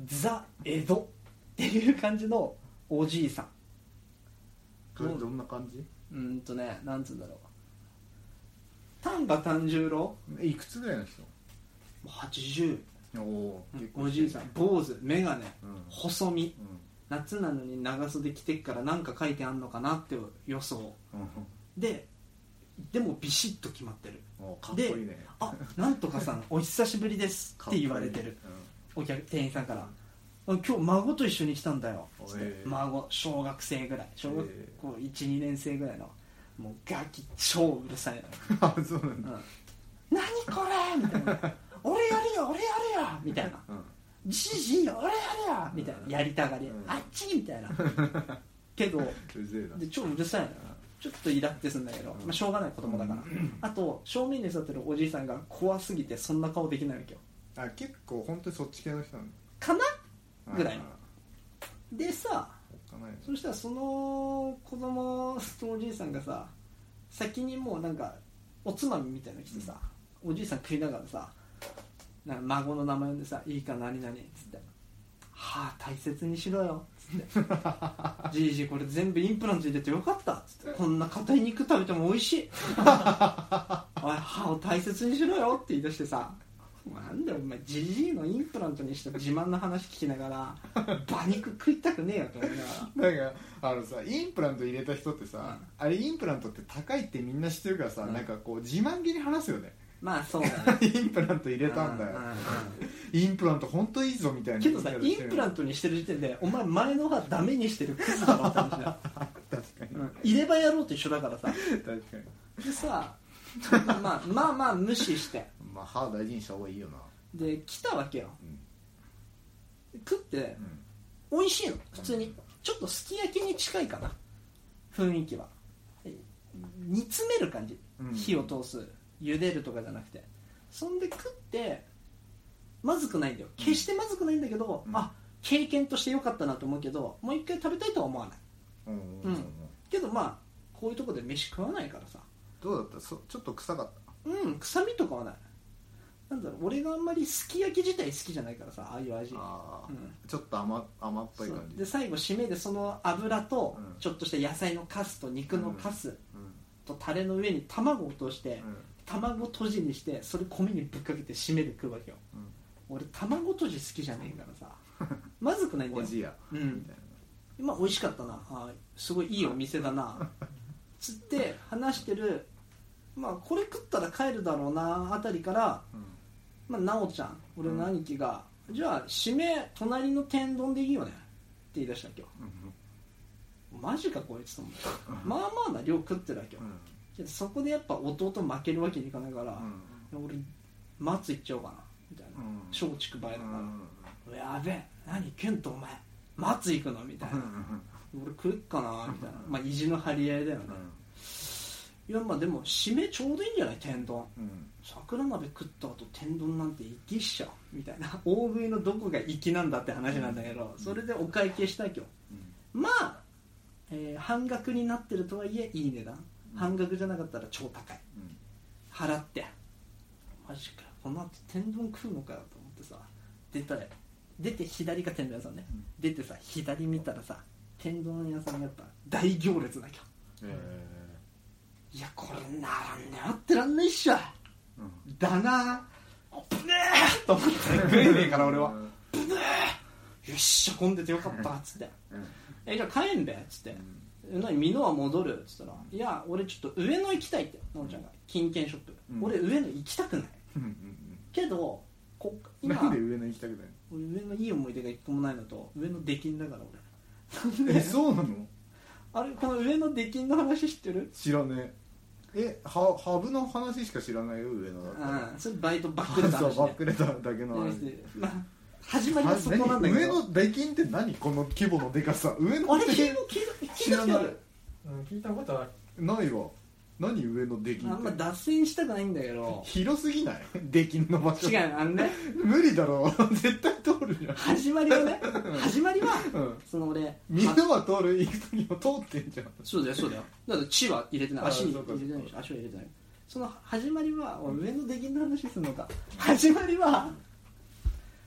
Speaker 2: うザ・江戸っていう感じのおじいさん
Speaker 1: どれどんな感じ
Speaker 2: うーんとねなんつうんだろう丹波炭十郎も
Speaker 1: えいくつぐらいの人
Speaker 2: う80
Speaker 1: おおー結構
Speaker 2: おじいさん坊主眼鏡
Speaker 1: うん
Speaker 2: 細身
Speaker 1: う
Speaker 2: 夏なのに長袖着てっからなんか書いてあんのかなっていう予想
Speaker 1: ん
Speaker 2: ででもビシッと決まってる
Speaker 1: うんおーかっこいいね
Speaker 2: 「あなんとか
Speaker 1: [LAUGHS]
Speaker 2: さんお久しぶりです」って言われてる
Speaker 1: かっこいい
Speaker 2: お客店員さんから「あ今日孫と一緒に来たんだよ」つっ
Speaker 1: へ
Speaker 2: て
Speaker 1: え
Speaker 2: 孫小学生ぐらい小学
Speaker 1: へえ
Speaker 2: 校12年生ぐらいのもうガキ超うるさいの
Speaker 1: うん [LAUGHS] あそうなんだ
Speaker 2: 「何これ!」みたいな
Speaker 1: [LAUGHS]
Speaker 2: 「俺やるよ俺やるよ!」みたいな
Speaker 1: うん
Speaker 2: 「じじいよ俺やるよ!」みたいなやりたがり
Speaker 1: うん
Speaker 2: 「あっち!」み [LAUGHS] たいなけど
Speaker 1: うぜえな
Speaker 2: で超うるさいのちょっとイラってするんだけど、まあ、しょうがない子供だからあと正面に座ってるおじいさんが怖すぎてそんな顔できないわけよ
Speaker 1: あ結構本当にそっち系の人なん
Speaker 2: かな
Speaker 1: だ
Speaker 2: ぐらい
Speaker 1: あー
Speaker 2: のでさ
Speaker 1: おっかないね
Speaker 2: そしたらその子供とおじいさんがさ先にもうなんかおつまみみたいなの来てさ、おじいさん食いながらさなんか孫の名前呼んでさ「いいか何々」っつって「歯大切にしろよ」つって「じいじこれ全部インプラント入れてよかった」つって「こんな硬い肉食べても美味しい」「おい歯を大切にしろよ」って言い出してさなんだよお前じじいのインプラントにした自慢の話聞きながら馬肉食いたくねえよと思いながら
Speaker 1: なんかあのさインプラント入れた人ってさ、あれインプラントって高いってみんな知ってるからさ、
Speaker 2: うん
Speaker 1: なんかこう自慢げに話すよね
Speaker 2: まあそうだね
Speaker 1: インプラント入れたんだよ
Speaker 2: うう
Speaker 1: インプラント本当いいぞみたいな
Speaker 2: けどさインプラントにしてる時点でお前前の歯ダメにしてるクズだろって話だよ、
Speaker 1: ト確かに
Speaker 2: うん、入れ歯やろうと一緒だからさ
Speaker 1: 確かに
Speaker 2: でさ、まあ、まあまあ無視して
Speaker 1: まあ歯大事にした方がいいよな
Speaker 2: で来たわけよ、食って
Speaker 1: うん
Speaker 2: 美味しいの普通にちょっとすき焼きに近いかな雰囲気は煮詰める感じ、
Speaker 1: うん
Speaker 2: 火を通す茹でるとかじゃなくてそんで食ってまずくないんだよ決してまずくないんだけど、
Speaker 1: うん
Speaker 2: あ経験として良かったなと思うけどもう一回食べたいとは思わない
Speaker 1: うん
Speaker 2: うんけどまあこういうとこで飯食わないからさ
Speaker 1: どうだったそちょっと臭かった
Speaker 2: うん臭みとかはないなんだろう俺があんまりすき焼き自体好きじゃないからさああいう味
Speaker 1: あー、
Speaker 2: うん
Speaker 1: ちょっと甘甘っぽい感
Speaker 2: そう
Speaker 1: じ
Speaker 2: で最後締めでその油と
Speaker 1: うん
Speaker 2: ちょっとした野菜のカスと肉のカ
Speaker 1: う
Speaker 2: ス
Speaker 1: ん
Speaker 2: とタレの上に卵を落として
Speaker 1: うん
Speaker 2: 卵とじにしてそれ米にぶっかけて締めで食うわけよ
Speaker 1: うん
Speaker 2: 俺卵とじ好きじゃないからさ
Speaker 1: [LAUGHS]
Speaker 2: まずくないんだ
Speaker 1: お
Speaker 2: よ
Speaker 1: じや
Speaker 2: う
Speaker 1: み
Speaker 2: ん
Speaker 1: たいな
Speaker 2: 今美味しかったなあーすごいいいお店だ
Speaker 1: [LAUGHS]
Speaker 2: なつって話してるまあこれ食ったら帰るだろうなあたりから、まあ、なおちゃん俺の兄貴が、じゃあ締め隣の天丼でいいよねって言い出したわけよマジかこいつと思って
Speaker 1: [LAUGHS]
Speaker 2: まあまあな量食ってるわけよ、
Speaker 1: うん
Speaker 2: けどそこでやっぱ弟負けるわけにいかないから、いや俺松行っちゃおうかなみたいな
Speaker 1: うん
Speaker 2: 松竹梅だ
Speaker 1: う
Speaker 2: か
Speaker 1: ん
Speaker 2: ら、やべえ何ケントお前松行くのみたいな、俺食うかなみたいな、まあ、意地の張り合いだよね、いやまあでも締めちょうどいいんじゃない天丼
Speaker 1: うんうん
Speaker 2: 桜鍋食った後天丼なんて粋っしょみたいな大食いのどこが粋なんだって話なんだけど、それでお会計したわけよ、まあ、えー半額になってるとはいえいい値段半額じゃなかったら超高い
Speaker 1: うん
Speaker 2: 払ってマジかこの後天丼食うのかよと思ってさ出たよ出て左が天丼屋さんね、出てさ左見たらさ天丼屋さんやっぱ大行列だけど
Speaker 1: え
Speaker 2: いやこれ並んで待ってらんないっしょ、だなあぶねえと思って食えねえから俺はよっしゃ混んでてよかったっつって「えじゃあ帰んべ」っつって「え何美濃は戻る」っつったら「いや俺ちょっと上野行きたい」ってのんちゃんが金券ショップ、
Speaker 1: うん
Speaker 2: 俺上野行きたくない
Speaker 1: うんうん
Speaker 2: けどこ
Speaker 1: うん
Speaker 2: 今
Speaker 1: なんで上野行きたくない
Speaker 2: 俺上野いい思い出が一個もないのと上野出禁だから俺
Speaker 1: のえそうなの
Speaker 2: [LAUGHS] あれこの上野出禁の話知ってる
Speaker 1: 知らねええはハブの話しか知らないよ上野だったら
Speaker 2: うんそれバイトバックレた
Speaker 1: そう
Speaker 2: 話
Speaker 1: バッ
Speaker 2: ね
Speaker 1: クレただけの話
Speaker 2: でまあ始まりはそこなんだけ
Speaker 1: 上
Speaker 2: ど
Speaker 1: の出禁って何この規模のでかさ上の
Speaker 2: あれ
Speaker 1: 出
Speaker 2: 聞い
Speaker 1: 禁
Speaker 2: た聞
Speaker 1: 知
Speaker 2: いた
Speaker 1: ら
Speaker 2: 聞い
Speaker 1: な
Speaker 2: た
Speaker 1: い
Speaker 7: うん、聞いたことある
Speaker 1: ないわ何上の出
Speaker 2: あ
Speaker 1: 禁
Speaker 2: んま
Speaker 1: って
Speaker 2: 脱線したくないんだけど
Speaker 1: 広すぎない出禁の場所
Speaker 2: 違うあのね
Speaker 1: 無理だろ [LAUGHS] う絶対通るじゃん
Speaker 2: 始まりはね始まりは
Speaker 1: うん
Speaker 2: その俺
Speaker 1: みんな
Speaker 2: あ
Speaker 1: は通る行く時も通ってんじゃん
Speaker 2: そうだよそうだよだから血は入れてない
Speaker 1: あ
Speaker 2: 足に
Speaker 1: そうかそうか
Speaker 2: 入れてないし足は入れてないその始まりは俺上の出禁の話するのか始まりは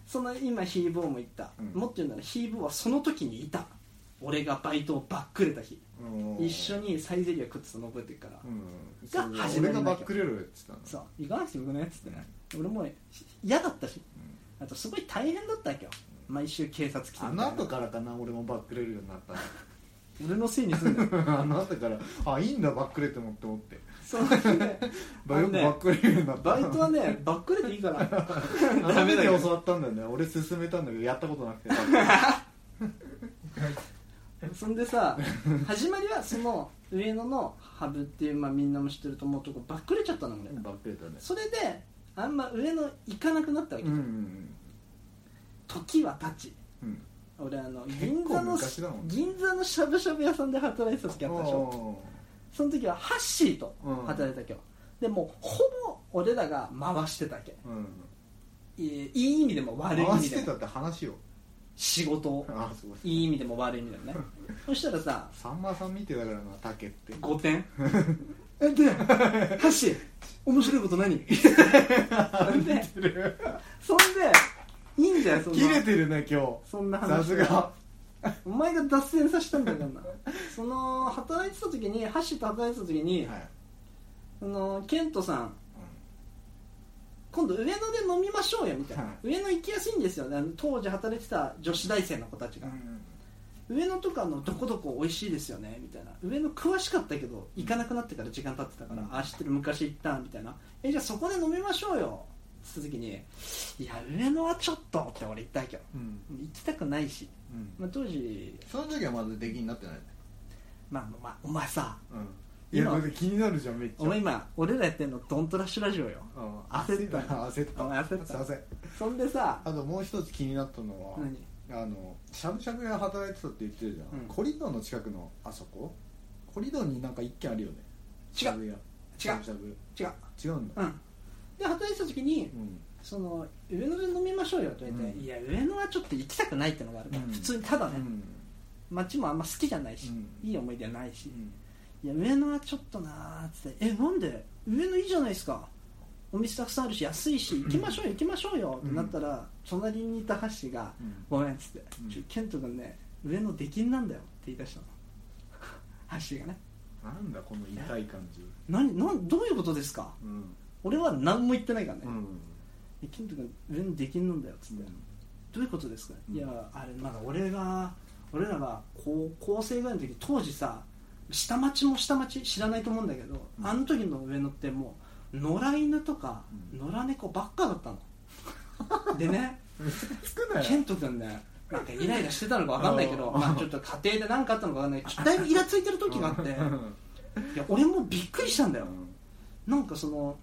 Speaker 2: その今ヒーボーも言った、
Speaker 1: うん
Speaker 2: もっと言うならヒーボーはその時にいた俺がバイトをバックれた日
Speaker 1: うん
Speaker 2: 一緒にサイゼリア食ってたの覚えてるから、
Speaker 1: うん
Speaker 2: が
Speaker 1: そう
Speaker 2: 始ま
Speaker 1: 俺
Speaker 2: りな
Speaker 1: が
Speaker 2: んだ
Speaker 1: バックレるって言ってた
Speaker 2: さ
Speaker 1: の
Speaker 2: 行かなくてよくないっつってね俺も嫌だったし、あとすごい大変だったわけよ毎週警察来て
Speaker 1: あ
Speaker 2: みた
Speaker 1: の
Speaker 2: いな
Speaker 1: 後からかな俺もバックレるようになったの
Speaker 2: 俺のせいにすんだよ
Speaker 1: [LAUGHS] あの後からあいいんだバックレって思って思って
Speaker 2: そうなんだよねあ
Speaker 1: ばよ
Speaker 2: の
Speaker 1: く
Speaker 2: ね
Speaker 1: バックレるようになった
Speaker 2: バイトはねバックレていいから
Speaker 1: ダメ
Speaker 2: ダ
Speaker 1: だ
Speaker 2: メだ
Speaker 1: よ
Speaker 2: よ
Speaker 1: 教わったんだよね俺勧めたんだけどやったことなくて
Speaker 2: そんでさ始まりはその上野のハブっていう、まあ、みんなも知ってると思うとこバックレちゃったの俺、
Speaker 1: バックレたね
Speaker 2: それであんま上野行かなくなったわ
Speaker 1: う
Speaker 2: け、
Speaker 1: んうん
Speaker 2: 時は経ち
Speaker 1: うん
Speaker 2: 俺あの
Speaker 1: 結
Speaker 2: 銀座
Speaker 1: 構
Speaker 2: の
Speaker 1: 昔だもんね
Speaker 2: 銀座のしゃぶしゃぶ屋さんで働いてた時あったでしょ
Speaker 1: お
Speaker 2: その時はハッシーと働いたけど、でもうほぼ俺らが回してたわけ
Speaker 1: ーうん
Speaker 2: いいいい意味でも悪い意
Speaker 1: 回
Speaker 2: 味
Speaker 1: し
Speaker 2: で
Speaker 1: てた
Speaker 2: も
Speaker 1: って話を
Speaker 2: 仕事を
Speaker 1: あそう
Speaker 2: いい意味でも悪い意味で
Speaker 1: [LAUGHS]
Speaker 2: もねそしたらさ
Speaker 1: さんまさん見てたからな竹っ
Speaker 2: [LAUGHS]
Speaker 1: て
Speaker 2: 5点えでハッシー面白いこと何そんでそんでいいんだよそんな
Speaker 1: 切れてるね今日
Speaker 2: そんな話
Speaker 1: さ
Speaker 2: は
Speaker 1: すが
Speaker 2: お前が脱線させたんだよなその働いてた時にハッシーと働いてた時に、
Speaker 1: はい
Speaker 2: そのケントさん今度上野で飲みましょうよみたいな、
Speaker 1: は
Speaker 2: 上野行きやすいんですよねあの当時働いてた女子大生の子たち
Speaker 1: う
Speaker 2: が、
Speaker 1: ん
Speaker 2: 上野とかのどこどこ美味しいですよねみたいな上野詳しかったけど行かなくなってから時間経ってたから、
Speaker 1: うん
Speaker 2: ああ知ってる昔行ったみたいなえじゃあそこで飲みましょうよつった時にいや上野はちょっとって俺言ったわけど
Speaker 1: うん
Speaker 2: 行きたくないし、
Speaker 1: うん
Speaker 2: まあ、当時
Speaker 8: [LAUGHS] その時はまだ出来になってない
Speaker 2: まあまあお前さ
Speaker 1: いや
Speaker 2: 今
Speaker 1: だって気になるじゃんめっちゃ
Speaker 2: お前今俺らやってんのドントラッシュラジオよ
Speaker 1: うん
Speaker 2: 焦った
Speaker 1: 焦った
Speaker 2: お前焦った
Speaker 1: すいません
Speaker 2: そんでさ
Speaker 8: あともう一つ気になったのは
Speaker 2: 何
Speaker 8: あのしゃぶしゃぶ屋働いてたって言ってるじゃん、
Speaker 2: うん
Speaker 8: コリドンの近くのあそこコリドンになんか一軒あるよねしゃぶ屋しゃぶしゃぶ
Speaker 2: 違う
Speaker 8: 違うんだ、
Speaker 2: うんで働いてた時に、
Speaker 8: うん
Speaker 2: その上野で飲みましょうよって言われて、
Speaker 8: うん
Speaker 2: いや上野はちょっと行きたくないってのがあるから、
Speaker 8: うん
Speaker 2: 普通にただ
Speaker 8: う
Speaker 2: ね、
Speaker 8: ん
Speaker 2: 街もあんま好きじゃないし、
Speaker 8: うん
Speaker 2: いい思い出はないし
Speaker 8: う、ん
Speaker 2: いや上野はちょっとなーっつって「えなんで上野いいじゃないですかお店たくさんあるし安いし行きましょうよ行きましょうよ」ってなったら、隣にいたハッシーが
Speaker 8: うん
Speaker 2: ごめん」っつって「
Speaker 8: うん
Speaker 2: ちょケント君ね上野出禁なんだよ」って言い出したの [LAUGHS] ハッシーがね
Speaker 8: なんだこの痛い感じ
Speaker 2: 「何何どういうことですか
Speaker 8: うん
Speaker 2: 俺は何も言ってないからね、
Speaker 8: うん
Speaker 2: えケント君上野出禁なんだよ」っつって、どういうことですか、
Speaker 8: うん
Speaker 2: いやあれなんか俺が俺らが高校生ぐらいの時当時さ下町も下町知らないと思うんだけど、
Speaker 8: うん
Speaker 2: あの時の上野ってもう野良犬とか
Speaker 8: うん
Speaker 2: 野良猫ばっかだったの
Speaker 8: [LAUGHS]
Speaker 2: でね
Speaker 1: 少ない
Speaker 2: ケント君ねなんかイライラしてたのか分かんないけど、
Speaker 1: うん
Speaker 2: まあ、ちょっと家庭で何かあったのか分かんないけどだいぶイラついてる時があって
Speaker 1: うん
Speaker 2: いや俺もびっくりしたんだよ、なんかその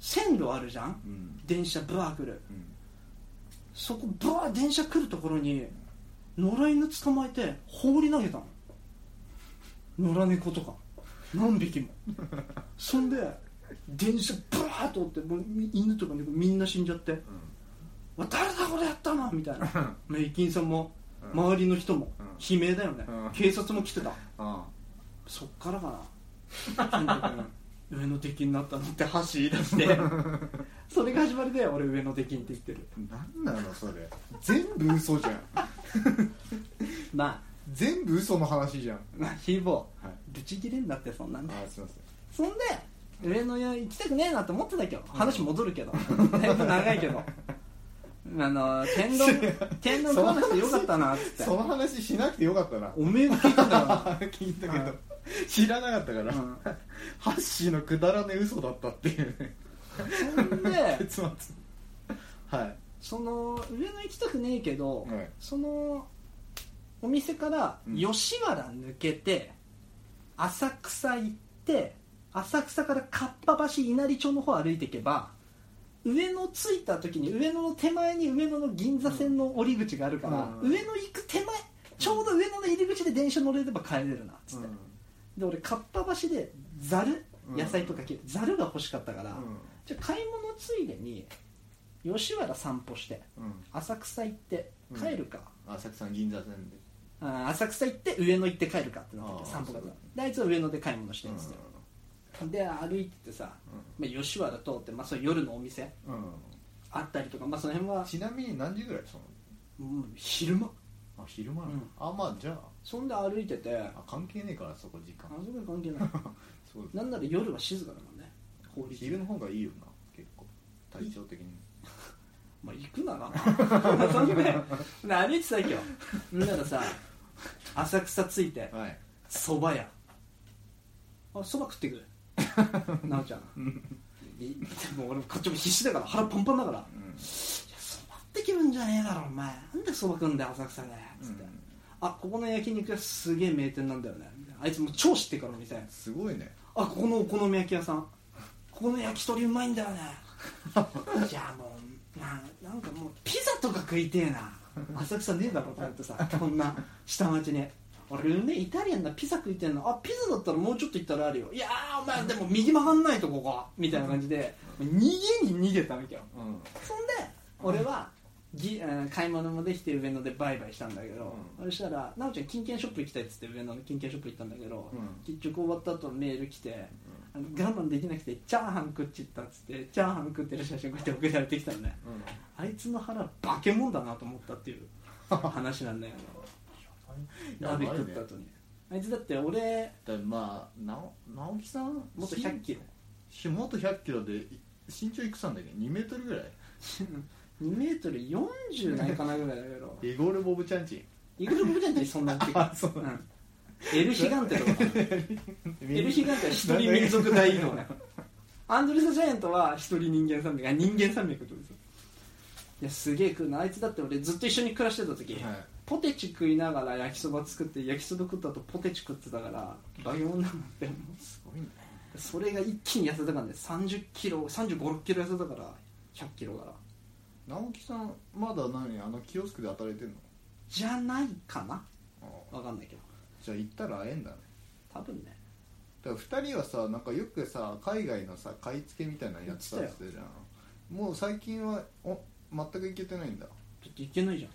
Speaker 2: 線路あるじゃん
Speaker 8: うん
Speaker 2: 電車ブワー来る
Speaker 8: うん
Speaker 2: そこブワー電車来るところに野良犬捕まえて放り投げたの野良猫とか何匹
Speaker 8: [LAUGHS]
Speaker 2: もそんで電車ブワーッと追ってもう犬とか猫みんな死んじゃって「わ誰だこれやったの?」みたい
Speaker 8: [LAUGHS]
Speaker 2: なメイキンさんも
Speaker 8: うん
Speaker 2: 周りの人も
Speaker 8: うん
Speaker 2: 悲鳴だよね
Speaker 8: うん
Speaker 2: 警察も来てた
Speaker 8: あ
Speaker 2: そっからか
Speaker 8: [LAUGHS]
Speaker 2: な金属の上の敵になったのって走り出して
Speaker 8: [LAUGHS]
Speaker 2: それが始まりで俺上の敵にって言ってる
Speaker 8: なんなのそれ全部嘘じゃん
Speaker 2: ま
Speaker 8: 全部嘘の話じゃん
Speaker 2: あまあヒーボー
Speaker 8: はい
Speaker 2: ブチ切れんだってそんなんで
Speaker 8: あすいません
Speaker 2: そんで上野屋行きたくねえなって思ってたけど話戻るけどだいぶ長いけどあの天
Speaker 8: [LAUGHS]
Speaker 2: 丼天丼食わなくてよかったなっつって
Speaker 8: その話しなくてよかったな
Speaker 2: おめえが聞いてたか
Speaker 8: 聞いたけ
Speaker 2: は
Speaker 8: ど
Speaker 2: い
Speaker 8: 知らなかったから
Speaker 2: ら、う
Speaker 8: ハッシーのくだらねえ嘘だったっていうね
Speaker 2: ん、そんで
Speaker 8: 結末はい
Speaker 2: その上野行きたくねえけど、
Speaker 8: はい
Speaker 2: そのお店から
Speaker 8: うん
Speaker 2: 吉原抜けて浅草行って浅草からかっぱ橋稲荷町の方歩いていけば上野着いた時に上野の手前に上野の銀座線の折り口があるから、
Speaker 8: うん
Speaker 2: 上野行く手前ちょうど上野の入り口で電車乗れれば帰れるなっつって、で俺かっぱ橋でざる
Speaker 8: うん
Speaker 2: 野菜とか切るざるが欲しかったから、じゃあ買い物ついでに吉原散歩して
Speaker 8: うんうん
Speaker 2: 浅草行って
Speaker 8: うん
Speaker 2: 帰るか、
Speaker 8: 浅草銀座線で
Speaker 2: あー浅草行って上野行って帰るかってなっ
Speaker 8: あー
Speaker 2: て散歩が
Speaker 8: そうだね
Speaker 2: であいつは上野で買い物してるんですよ、で歩いててさ、まあ、吉原通って、まあ、そういう夜のお店
Speaker 8: うんうん
Speaker 2: あったりとか、まあ、その辺は、
Speaker 8: ちなみに何時ぐらいその
Speaker 2: うん昼間
Speaker 8: あ昼間なの
Speaker 2: うん
Speaker 8: あまあじゃ
Speaker 2: そんで歩いてて
Speaker 8: あ
Speaker 2: あ
Speaker 8: あ関係ねえからそこ時間
Speaker 2: そこに関係
Speaker 8: [LAUGHS]
Speaker 2: ない
Speaker 8: そう
Speaker 2: なんなら夜は静かだもんね法律
Speaker 8: 昼の方がいいよな結構体調的に
Speaker 2: まあ行くな
Speaker 8: [LAUGHS]
Speaker 2: らそんでで歩いてたわけよんならさ浅草着いて
Speaker 8: はい
Speaker 2: そば屋あそば食 [LAUGHS] ってくれなおちゃんいでも俺こっちも必死だから腹パンパンだから「いやそばってきるんじゃねえだろお前なんでそば食うんだよ浅草で」つって、
Speaker 8: うん
Speaker 2: あここの焼肉屋すげえ名店なんだよね」あいつもう超知ってるからお店
Speaker 8: すごいね
Speaker 2: あここのお好み焼き屋さんここの焼き鳥うまいんだ
Speaker 8: [LAUGHS]
Speaker 2: よねいやもうななんかもうピザとか食いてえな浅草ねえだろと思ってさこんな下町に俺ねイタリアンなピザ食いてんのあピザだったらもうちょっと行ったらあるよいやーお前でも右曲がんないとこかみたいな感じで逃げに逃げたわけよ
Speaker 8: うんうん
Speaker 2: そんで俺はぎ、えー買い物もできて上野でバイバイしたんだけど、そしたら奈緒ちゃん金券ショップ行きたいっつって上野の金券ショップ行ったんだけど、
Speaker 8: うん
Speaker 2: 結局終わった後メール来て、あの我慢できなくてチャーハン食っちったっつってチャーハン食ってる写真こうやって送られてきたんだよあいつの腹化け物だなと思ったっていう
Speaker 1: [LAUGHS]
Speaker 2: 話なんだよ
Speaker 1: やばいね
Speaker 2: 鍋食った後にあいつだって俺
Speaker 1: だからまあなお直樹さん
Speaker 2: もっと1 0 0キロ
Speaker 1: ひ元100キロでい身長いくつなんだっけ2メートルぐらい
Speaker 2: 2メートル40ないかなぐらいだけど
Speaker 1: イゴール・ボブ・チャンチン
Speaker 2: イグルボブちゃんってそんな大きいから
Speaker 1: [LAUGHS] あそう
Speaker 2: うんエルヒガンテとかかなエルヒガンテは一人民族大移動ね [LAUGHS] アンドレス・ジャイアントは一人人間山脈あ人間山脈ってことですよいやすげえ食うなあいつだって俺ずっと一緒に暮らしてた時、
Speaker 1: はい
Speaker 2: ポテチ食いながら焼きそば作って焼きそば食った後ポテチ食ってたからバゲモンなんだってもう
Speaker 1: すごいね
Speaker 2: それが一気に痩せたからね30キロ3 5 6キロ痩せたから100キロから
Speaker 1: 直樹さんまだ何あのキオスクで働いてんの
Speaker 2: じゃないかな
Speaker 1: ああ
Speaker 2: わかんないけど
Speaker 1: じゃあ行ったら会えんだね
Speaker 2: 多分ね
Speaker 1: だから2人はさなんかよくさ海外のさ買い付けみたいなのやってたっ
Speaker 2: や
Speaker 1: つ
Speaker 2: っ
Speaker 1: っててたじゃんもう最近はお全く行けてないんだ
Speaker 2: ちょっといけないじゃん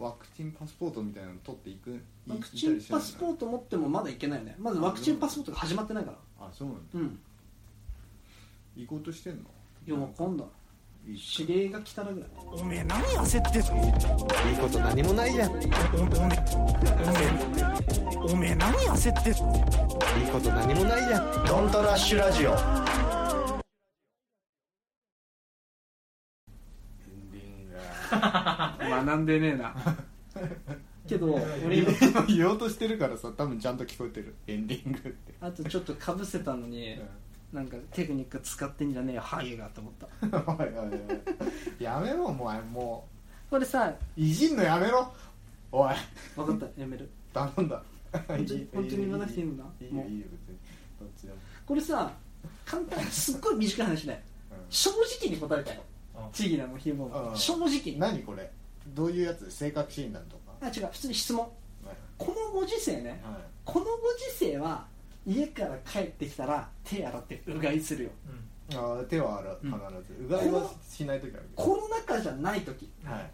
Speaker 1: ワクチンパスポートみたいなの取っていくい
Speaker 2: ワクチンパス
Speaker 1: ト
Speaker 2: ポート持ってもまだいけないよねまずワクチンパスポートが始まってないから
Speaker 1: あそうなんだ
Speaker 2: うん
Speaker 1: 行こうとしてんの
Speaker 2: いやもう今度
Speaker 1: いい
Speaker 2: 指令が来たらぐらい
Speaker 3: おめえ何焦ってんの
Speaker 9: いいこと何もないじゃんいい
Speaker 3: おめえおめえおめえ何焦ってんの
Speaker 9: こと何もないじゃん
Speaker 8: ドントラッシュラジオ
Speaker 1: エンディング
Speaker 2: 学んでねえなけど俺今
Speaker 1: が言おうとしてるからさ多分ちゃんと聞こえてるエンディングって
Speaker 2: あとちょっとかぶせたのに、なんかテクニック使ってんじゃねえよハゲがと [LAUGHS] 思った
Speaker 1: [LAUGHS] おいおいおいやめろお前も
Speaker 2: これさ
Speaker 1: ういじんのやめろおい
Speaker 2: 分かったやめる
Speaker 1: 頼んだ
Speaker 2: 本当
Speaker 1: [LAUGHS]
Speaker 2: に
Speaker 1: いいよ
Speaker 2: 本当に言わなくていいのない
Speaker 1: い
Speaker 2: も
Speaker 1: よ
Speaker 2: う
Speaker 1: いいよ別にどっちでも
Speaker 2: これさ簡単すっごい短い話だよ
Speaker 1: うん
Speaker 2: 正直に答えたよ
Speaker 7: あ
Speaker 2: ちぎらもひもも
Speaker 1: うん
Speaker 2: 正直にあ
Speaker 1: 何これどういうやつ性格診断とか
Speaker 2: 違う普通に質問
Speaker 1: はい
Speaker 2: このご時世ね
Speaker 1: はい
Speaker 2: このご時世は家から帰ってきたら手洗ってうがいするよ
Speaker 7: うん
Speaker 1: あー手は洗う
Speaker 2: うん
Speaker 1: 必ずうがいはしない時あるけ
Speaker 2: コロナ禍じゃない時
Speaker 1: どはい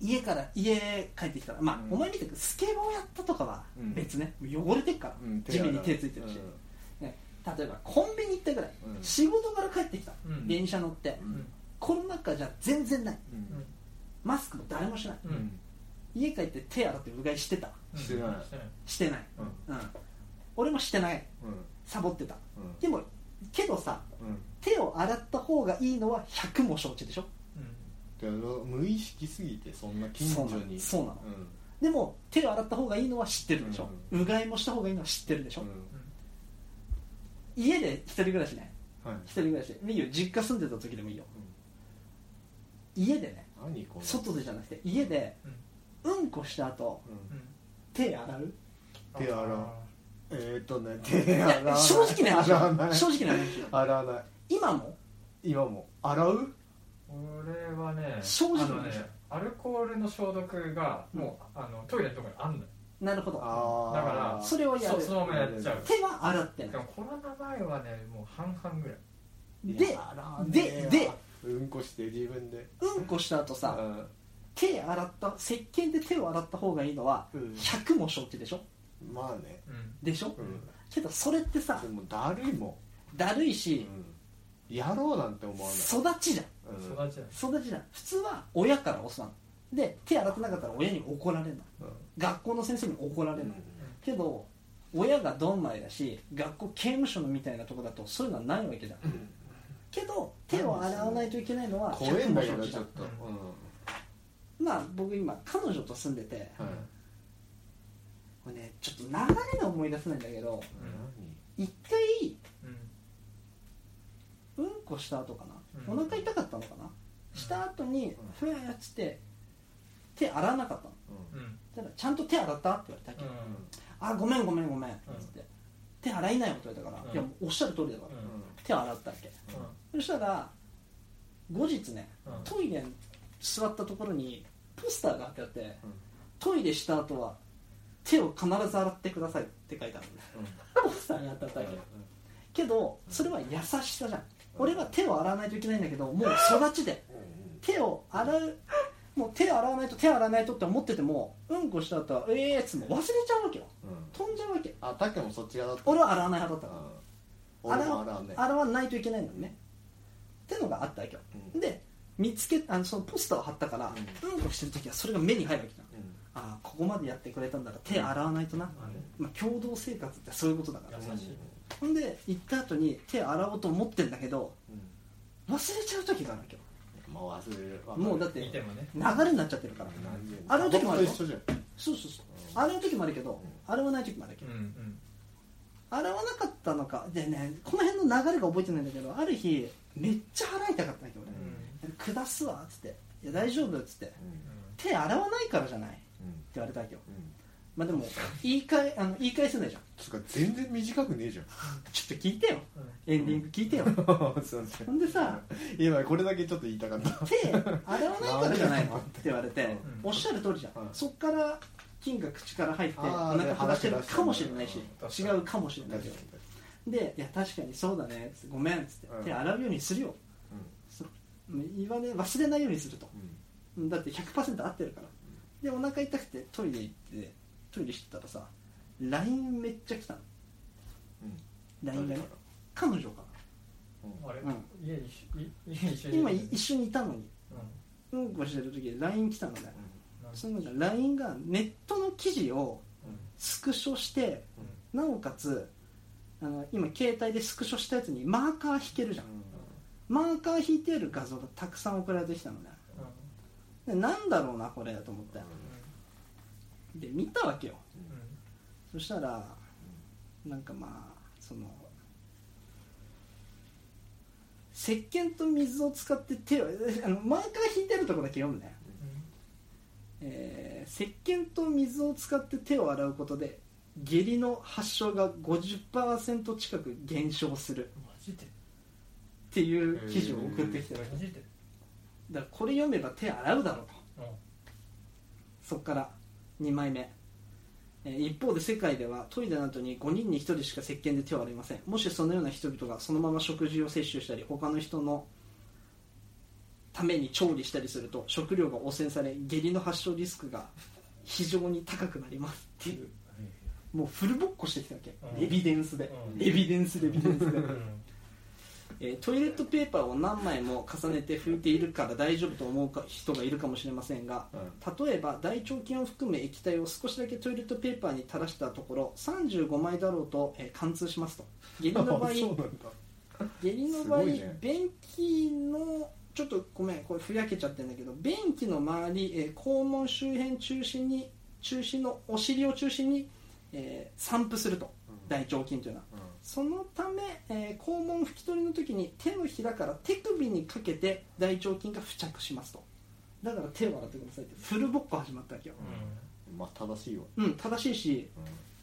Speaker 2: 家から家帰ってきたらまあ、
Speaker 1: うん
Speaker 2: お前みたくスケボーやったとかは
Speaker 1: うん
Speaker 2: 別ね、もう汚れてっから、
Speaker 1: うん
Speaker 2: 地
Speaker 1: 洗
Speaker 2: 面
Speaker 1: う
Speaker 2: に手ついてるし、
Speaker 1: うん
Speaker 2: ね、例えばコンビニ行ったぐらい、
Speaker 1: うん
Speaker 2: 仕事から帰ってきた、
Speaker 7: うん
Speaker 2: 電車乗って、
Speaker 1: うん
Speaker 2: コロナ禍じゃ全然ない
Speaker 1: うん
Speaker 2: マスクも誰もしない
Speaker 7: うん
Speaker 1: う
Speaker 7: うん
Speaker 1: ん
Speaker 2: 家帰って手洗ってうがいしてた
Speaker 7: うん
Speaker 1: してない
Speaker 7: してない
Speaker 2: してない、
Speaker 1: うん
Speaker 2: うん、俺もしてない
Speaker 1: うん
Speaker 2: サボってた
Speaker 1: うん
Speaker 2: でもけどさ
Speaker 1: うん
Speaker 2: 手を洗った方がいいのは100も承知でしょ
Speaker 1: だから無意識すぎてそんな近所に
Speaker 2: そうなのそ
Speaker 1: う
Speaker 2: うなんでも手を洗った方がいいのは知ってるでしょ、うがいもした方がいいのは知ってるでしょ、
Speaker 1: うん
Speaker 2: 家で一人暮らしね
Speaker 1: はい
Speaker 2: 一人暮らしでいいよ実家住んでた時でもいいよ、家でね
Speaker 1: 何この
Speaker 2: 外でじゃなくて家でうんこした後
Speaker 1: うん
Speaker 7: う
Speaker 2: 手洗う
Speaker 7: ん
Speaker 1: 手洗う
Speaker 7: あ
Speaker 1: えーっとね手
Speaker 2: い
Speaker 1: 洗わな
Speaker 2: や
Speaker 1: い
Speaker 2: 正直な話
Speaker 1: 洗わない
Speaker 2: 正直な話
Speaker 1: 洗わない
Speaker 2: 今も
Speaker 1: 今も洗う
Speaker 7: ー俺はね
Speaker 2: 正直
Speaker 7: あの
Speaker 2: な
Speaker 7: ね
Speaker 2: 話
Speaker 7: アルコールの消毒がもうあのトイレのとこにあんのよ
Speaker 2: なるほど
Speaker 1: ああ
Speaker 7: だから
Speaker 2: それをや
Speaker 7: そ
Speaker 2: る
Speaker 7: そのままやっちゃう
Speaker 2: 手は洗って
Speaker 7: で
Speaker 2: ない
Speaker 7: もコロナ前はねもう半々ぐらい
Speaker 2: ででで
Speaker 1: うんこして自分で
Speaker 2: うんこした後さ手洗った石鹸で手を洗った方がいいのは
Speaker 1: うん
Speaker 2: 100も承知でしょ
Speaker 1: うんまあね
Speaker 7: うん
Speaker 2: でしょ
Speaker 1: うん
Speaker 2: けどそれってさ
Speaker 1: でもだるいも
Speaker 2: だるい
Speaker 1: ん、
Speaker 2: し
Speaker 1: うん、やろうなんて思わない
Speaker 2: 育ちじゃん
Speaker 1: うん
Speaker 7: 育ちだ
Speaker 2: 育ちじゃん普通は親から教わんで手洗ってなかったら親に怒られるの学校の先生に怒られるのけど親がドンマイだし学校刑務所のみたいなとこだとそういうのはないわけじゃんけど手を洗わないといけないのは
Speaker 1: 怖えんだけ
Speaker 2: 100も
Speaker 1: ど
Speaker 2: 承知
Speaker 1: ちょっと、
Speaker 7: うん
Speaker 2: まあ僕今彼女と住んでて
Speaker 1: うんはい
Speaker 2: これねちょっと流れが思い出せないんだけど一回
Speaker 7: うん
Speaker 2: うんこした後かな、
Speaker 7: うん
Speaker 2: お腹痛かったのかな、した後にふやーっつって手洗わなかったの
Speaker 7: うんうん
Speaker 2: だからちゃんと手洗ったって言われたっけ、あごめんごめんごめんっつって、手洗いなよって言われたから、
Speaker 7: うん
Speaker 2: いやもうおっしゃる通りだから、
Speaker 7: うんうん
Speaker 2: 手洗ったっけそしたら後日ね、
Speaker 7: うん
Speaker 2: トイレに座ったところにポスターが貼ってあって、
Speaker 1: ん
Speaker 2: トイレした後は手を必ず洗ってくださいって書いてあるんです、ポスターに貼ってあったわけ、けどそれは優しさじゃん、俺は手を洗わないといけないんだけどもう育ちで手を洗うもう手洗わないと手洗わないとって思っててもうんこした後はええーっつっても忘れちゃうわけよ
Speaker 1: うんうん
Speaker 2: 飛んじゃうわけ
Speaker 1: あたけもそっち側だった
Speaker 2: 俺は洗わない派だったから
Speaker 1: 俺
Speaker 2: 洗
Speaker 1: も
Speaker 2: わ
Speaker 1: 洗うね
Speaker 2: 洗わないといけないのにねってのがあったわけよ、
Speaker 1: うん
Speaker 2: で見つけあのそのポスターを貼ったから
Speaker 1: う
Speaker 2: うんこしてる時はそれが目に入るわけじゃ
Speaker 1: う
Speaker 2: ん
Speaker 1: ん
Speaker 2: ああここまでやってくれたんだから手洗わないとな、まあ、共同生活ってそういうことだから
Speaker 7: 優しい
Speaker 2: ほんで行った後に手洗おうと思ってんだけど忘れちゃう時があるわけよ
Speaker 1: もう忘れるわかる
Speaker 2: もうだって
Speaker 7: 見てもね
Speaker 2: 流れになっちゃってるから
Speaker 1: 何十年
Speaker 2: あの時もあるよ
Speaker 1: 僕と一緒じゃん
Speaker 2: そうそうそう洗う時もあるけど洗わない時もあるわけ
Speaker 7: う
Speaker 2: ど
Speaker 7: んうん
Speaker 2: 洗わなかったのかでねこの辺の流れが覚えてないんだけどある日めっちゃ払いたかったんだけど
Speaker 7: うん
Speaker 2: 俺「下すわ」っつって「いや大丈夫」っつって
Speaker 7: う
Speaker 2: 「手洗わないからじゃない」って
Speaker 1: うん
Speaker 2: 言われたわけよ
Speaker 1: うん
Speaker 2: まあでも言い換えあの言い返せないじゃん
Speaker 1: つうか全然短くねえ [LAUGHS] じゃん
Speaker 2: ちょっと聞いてよ
Speaker 7: んうん
Speaker 2: エンディング聞いてよ
Speaker 1: すいませ
Speaker 2: ほんでさ
Speaker 1: 今これだけちょっと言いたかった
Speaker 2: 手洗わないからじゃないのって言われて、
Speaker 7: うん
Speaker 2: おっしゃる通りじゃん、
Speaker 1: はい
Speaker 2: そっから菌が口から入って
Speaker 1: あー
Speaker 2: お腹下してるかもしれないし
Speaker 7: 出し
Speaker 2: 違
Speaker 7: た
Speaker 2: うかもしれないけどで「いや確かにそうだね」ごめん」っつって、
Speaker 1: うん
Speaker 2: 手洗うようにするよ」そう言わね忘れないようにするとだって100%合ってるからでお腹痛くてトイレ行ってトイレしてたらさ LINE めっちゃ来たの LINE がね彼女か
Speaker 7: あれ
Speaker 2: うん
Speaker 7: 家一緒い家一緒
Speaker 2: ら
Speaker 7: に
Speaker 2: 今い一緒にいたのに
Speaker 7: う
Speaker 2: うんこしてる時に LINE 来たのね
Speaker 7: ん
Speaker 2: その LINE がネットの記事をスクショして、なおかつあの今携帯でスクショしたやつにマーカー引けるじゃん、マーカー引いてある画像がたくさん送られてきたのね
Speaker 7: う
Speaker 2: でなんだろうなこれと思ってで見たわけよ
Speaker 7: んうん
Speaker 2: そしたらなんかまあその石鹸と水を使って手をあのマーカー引いてあるとこだけ読むねえー石鹸と水を使って手を洗うことで下痢の発症が50%近く減少する
Speaker 7: マジで
Speaker 2: っていう記事を送ってきてる
Speaker 7: マジで
Speaker 2: だからこれ読めば手洗うだろうと
Speaker 7: うん
Speaker 2: そこから2枚目、えー一方で世界ではトイレなどに5人に1人しか石鹸で手を洗いませんもしそのような人々がそのまま食事を摂取したり他の人のために調理したりすると食料が汚染され下痢の発症リスクが非常に高くなりますっていうもうフルボッコしてきたわけ、
Speaker 7: うん
Speaker 2: エビデンスで、
Speaker 7: うん
Speaker 2: エビデンスでエビデンスで、 [LAUGHS]
Speaker 7: うん
Speaker 2: えートイレットペーパーを何枚も重ねて拭いているから大丈夫と思うか人がいるかもしれませんが、例えば大腸菌を含む液体を少しだけトイレットペーパーに垂らしたところ35枚だろうと、えー貫通しますと下痢の場
Speaker 1: [LAUGHS] そ
Speaker 2: 合
Speaker 1: うなんだ
Speaker 2: 下痢の場合、
Speaker 1: すごいね
Speaker 2: 便器のちょっとごめんこれふやけちゃってるんだけど便器の周り、えー肛門周辺中心に中心のお尻を中心に、えー散布すると、大腸菌というのは、そのため、えー肛門拭き取りの時に手のひらから手首にかけて大腸菌が付着しますとだから手を洗ってくださいってフルボッコ始まったわけよ
Speaker 1: まあ正しいわ
Speaker 2: うん、正しいし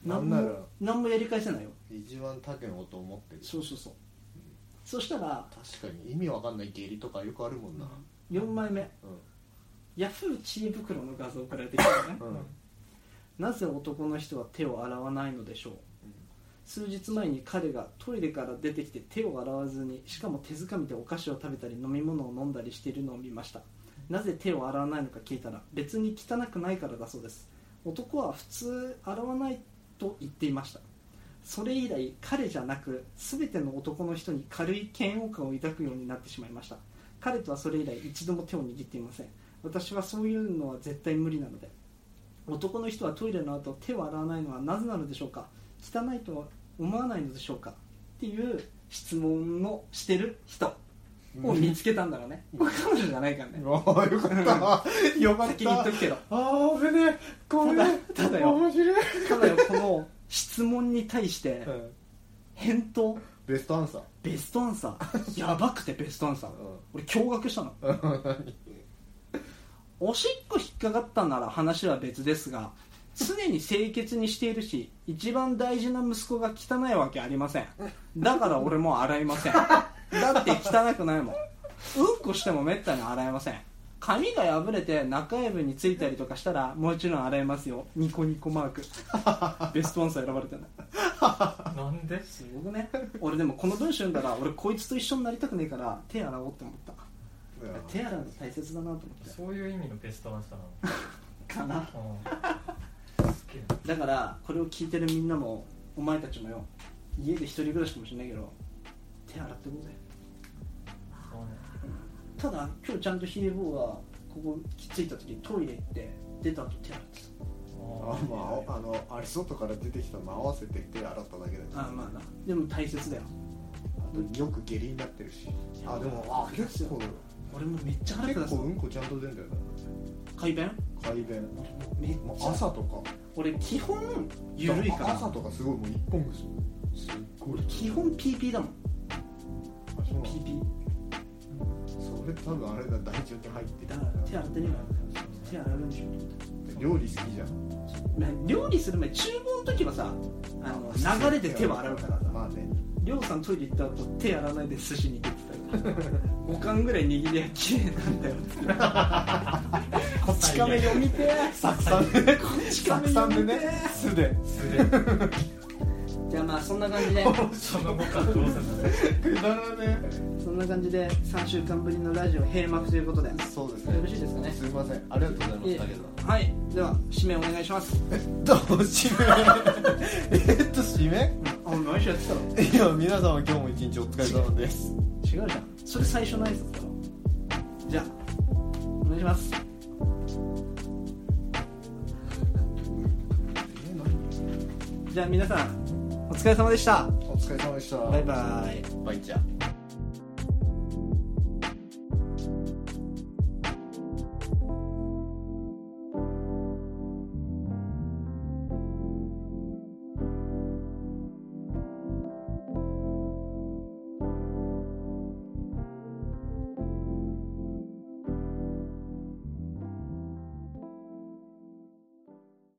Speaker 1: なん
Speaker 2: も
Speaker 1: なら
Speaker 2: 何もやり返せないよ
Speaker 1: 一番他県をと思ってる
Speaker 2: そうそうそうそしたら
Speaker 1: 確かに意味わかんない下痢とかよくあるもんな
Speaker 2: 4枚目
Speaker 1: う
Speaker 2: ヤフー知恵袋の画像を送られてきたよね
Speaker 1: んうん
Speaker 2: なぜ男の人は手を洗わないのでしょう数日前に彼がトイレから出てきて手を洗わずにしかも手づかみでお菓子を食べたり飲み物を飲んだりしているのを見ましたなぜ手を洗わないのか聞いたら別に汚くないからだそうです男は普通洗わないと言っていましたそれ以来彼じゃなく全ての男の人に軽い嫌悪感を抱くようになってしまいました彼とはそれ以来一度も手を握っていません私はそういうのは絶対無理なので男の人はトイレの後手を洗わないのはなぜなのでしょうか汚いとは思わないのでしょうかっていう質問をしてる人を見つけたんだろうね、これ彼女じゃないからね、
Speaker 1: ああよかったよ [LAUGHS] かっ
Speaker 2: 先に言ったとくけど
Speaker 1: ああ危ねえごめん
Speaker 2: ただただよ
Speaker 1: 面白い
Speaker 2: ただよこの質問に対して返答
Speaker 1: ベストアンサー
Speaker 2: ベストアンサ [LAUGHS] ーやばくてベストアンサー俺驚愕したの [LAUGHS] おしっこ引っかかったなら話は別ですが常に清潔にしているし一番大事な息子が汚いわけありませんだから俺も洗いませんだって汚くないもんうんこしてもめったに洗いません髪が破れて中指についたりとかしたらもちろん洗いますよニコニコマークベストアンサー選ばれてない
Speaker 7: なんです
Speaker 2: ごくね俺でもこの文章読んだら俺こいつと一緒になりたくねえから手洗おうって思った手洗うの大切だなと思っ
Speaker 7: そういう意味のベストアンサーなの
Speaker 2: てかな
Speaker 7: うんすっげえな
Speaker 2: だからこれを聞いてるみんなもお前たちもよ家で一人暮らしかもしれないけど手洗ってこうぜ
Speaker 7: そうね
Speaker 2: ただ今日ちゃんとヒデ坊がここきついた時トイレ行って出た後手洗って
Speaker 7: あ
Speaker 1: あまああのアリソトから出てきたの合わせて手洗っただけだけど
Speaker 2: たあまあなでも大切だよ
Speaker 1: あとよく下痢になってるしあでもあ結構
Speaker 2: 俺もめっちゃ腹下
Speaker 1: 結
Speaker 2: す
Speaker 1: 構うんこちゃんと出るんだよね
Speaker 2: 快便
Speaker 1: 快便
Speaker 2: めっ
Speaker 1: も
Speaker 2: ち
Speaker 1: う
Speaker 2: ゃ
Speaker 1: 朝とか
Speaker 2: 俺基本緩いか
Speaker 1: 朝
Speaker 2: ら
Speaker 1: とかすごいもう一本ぐすすっごい
Speaker 2: 基本 PP だもん
Speaker 1: あそうなの
Speaker 2: PP
Speaker 1: それ多分あれだ大腸に入って
Speaker 2: だから手洗ってねえから手洗うんでしょ
Speaker 1: 料理好きじゃん
Speaker 2: まあ料理する前厨房の時はさあの流れで手は洗うからさ
Speaker 1: まあね
Speaker 2: りょうさんトイレ行った後手洗わないで寿司に行ってたよ5巻ぐらい握りゃ綺麗なんだよ
Speaker 10: こっち亀読みてサクサクでこっちサ
Speaker 2: 亀
Speaker 10: ク
Speaker 2: 読
Speaker 10: サク
Speaker 2: みて
Speaker 10: で
Speaker 2: え
Speaker 10: ね素で
Speaker 2: じゃあまあそんな感じで
Speaker 7: その後からどうするんだろう
Speaker 10: くだらね
Speaker 2: そんな感じで3週間ぶりのラジオ閉幕ということでよ
Speaker 1: そうです
Speaker 2: ろ
Speaker 1: ね
Speaker 2: しいですかね
Speaker 1: すいませんありがとうございま
Speaker 2: い
Speaker 1: し
Speaker 2: え
Speaker 1: た
Speaker 2: はいでは締めお願いします
Speaker 10: どう締めえ
Speaker 1: [LAUGHS]
Speaker 10: っと締め
Speaker 2: あ毎週やってたろ
Speaker 10: いや皆様今日も一日お疲れ様です
Speaker 2: 違うじゃんそれ最初の挨拶だろじゃあお願いします [LAUGHS] じゃあ皆さんお疲れ様でした [LAUGHS]
Speaker 1: お疲れ様でした
Speaker 2: バイバイ
Speaker 10: バイチャー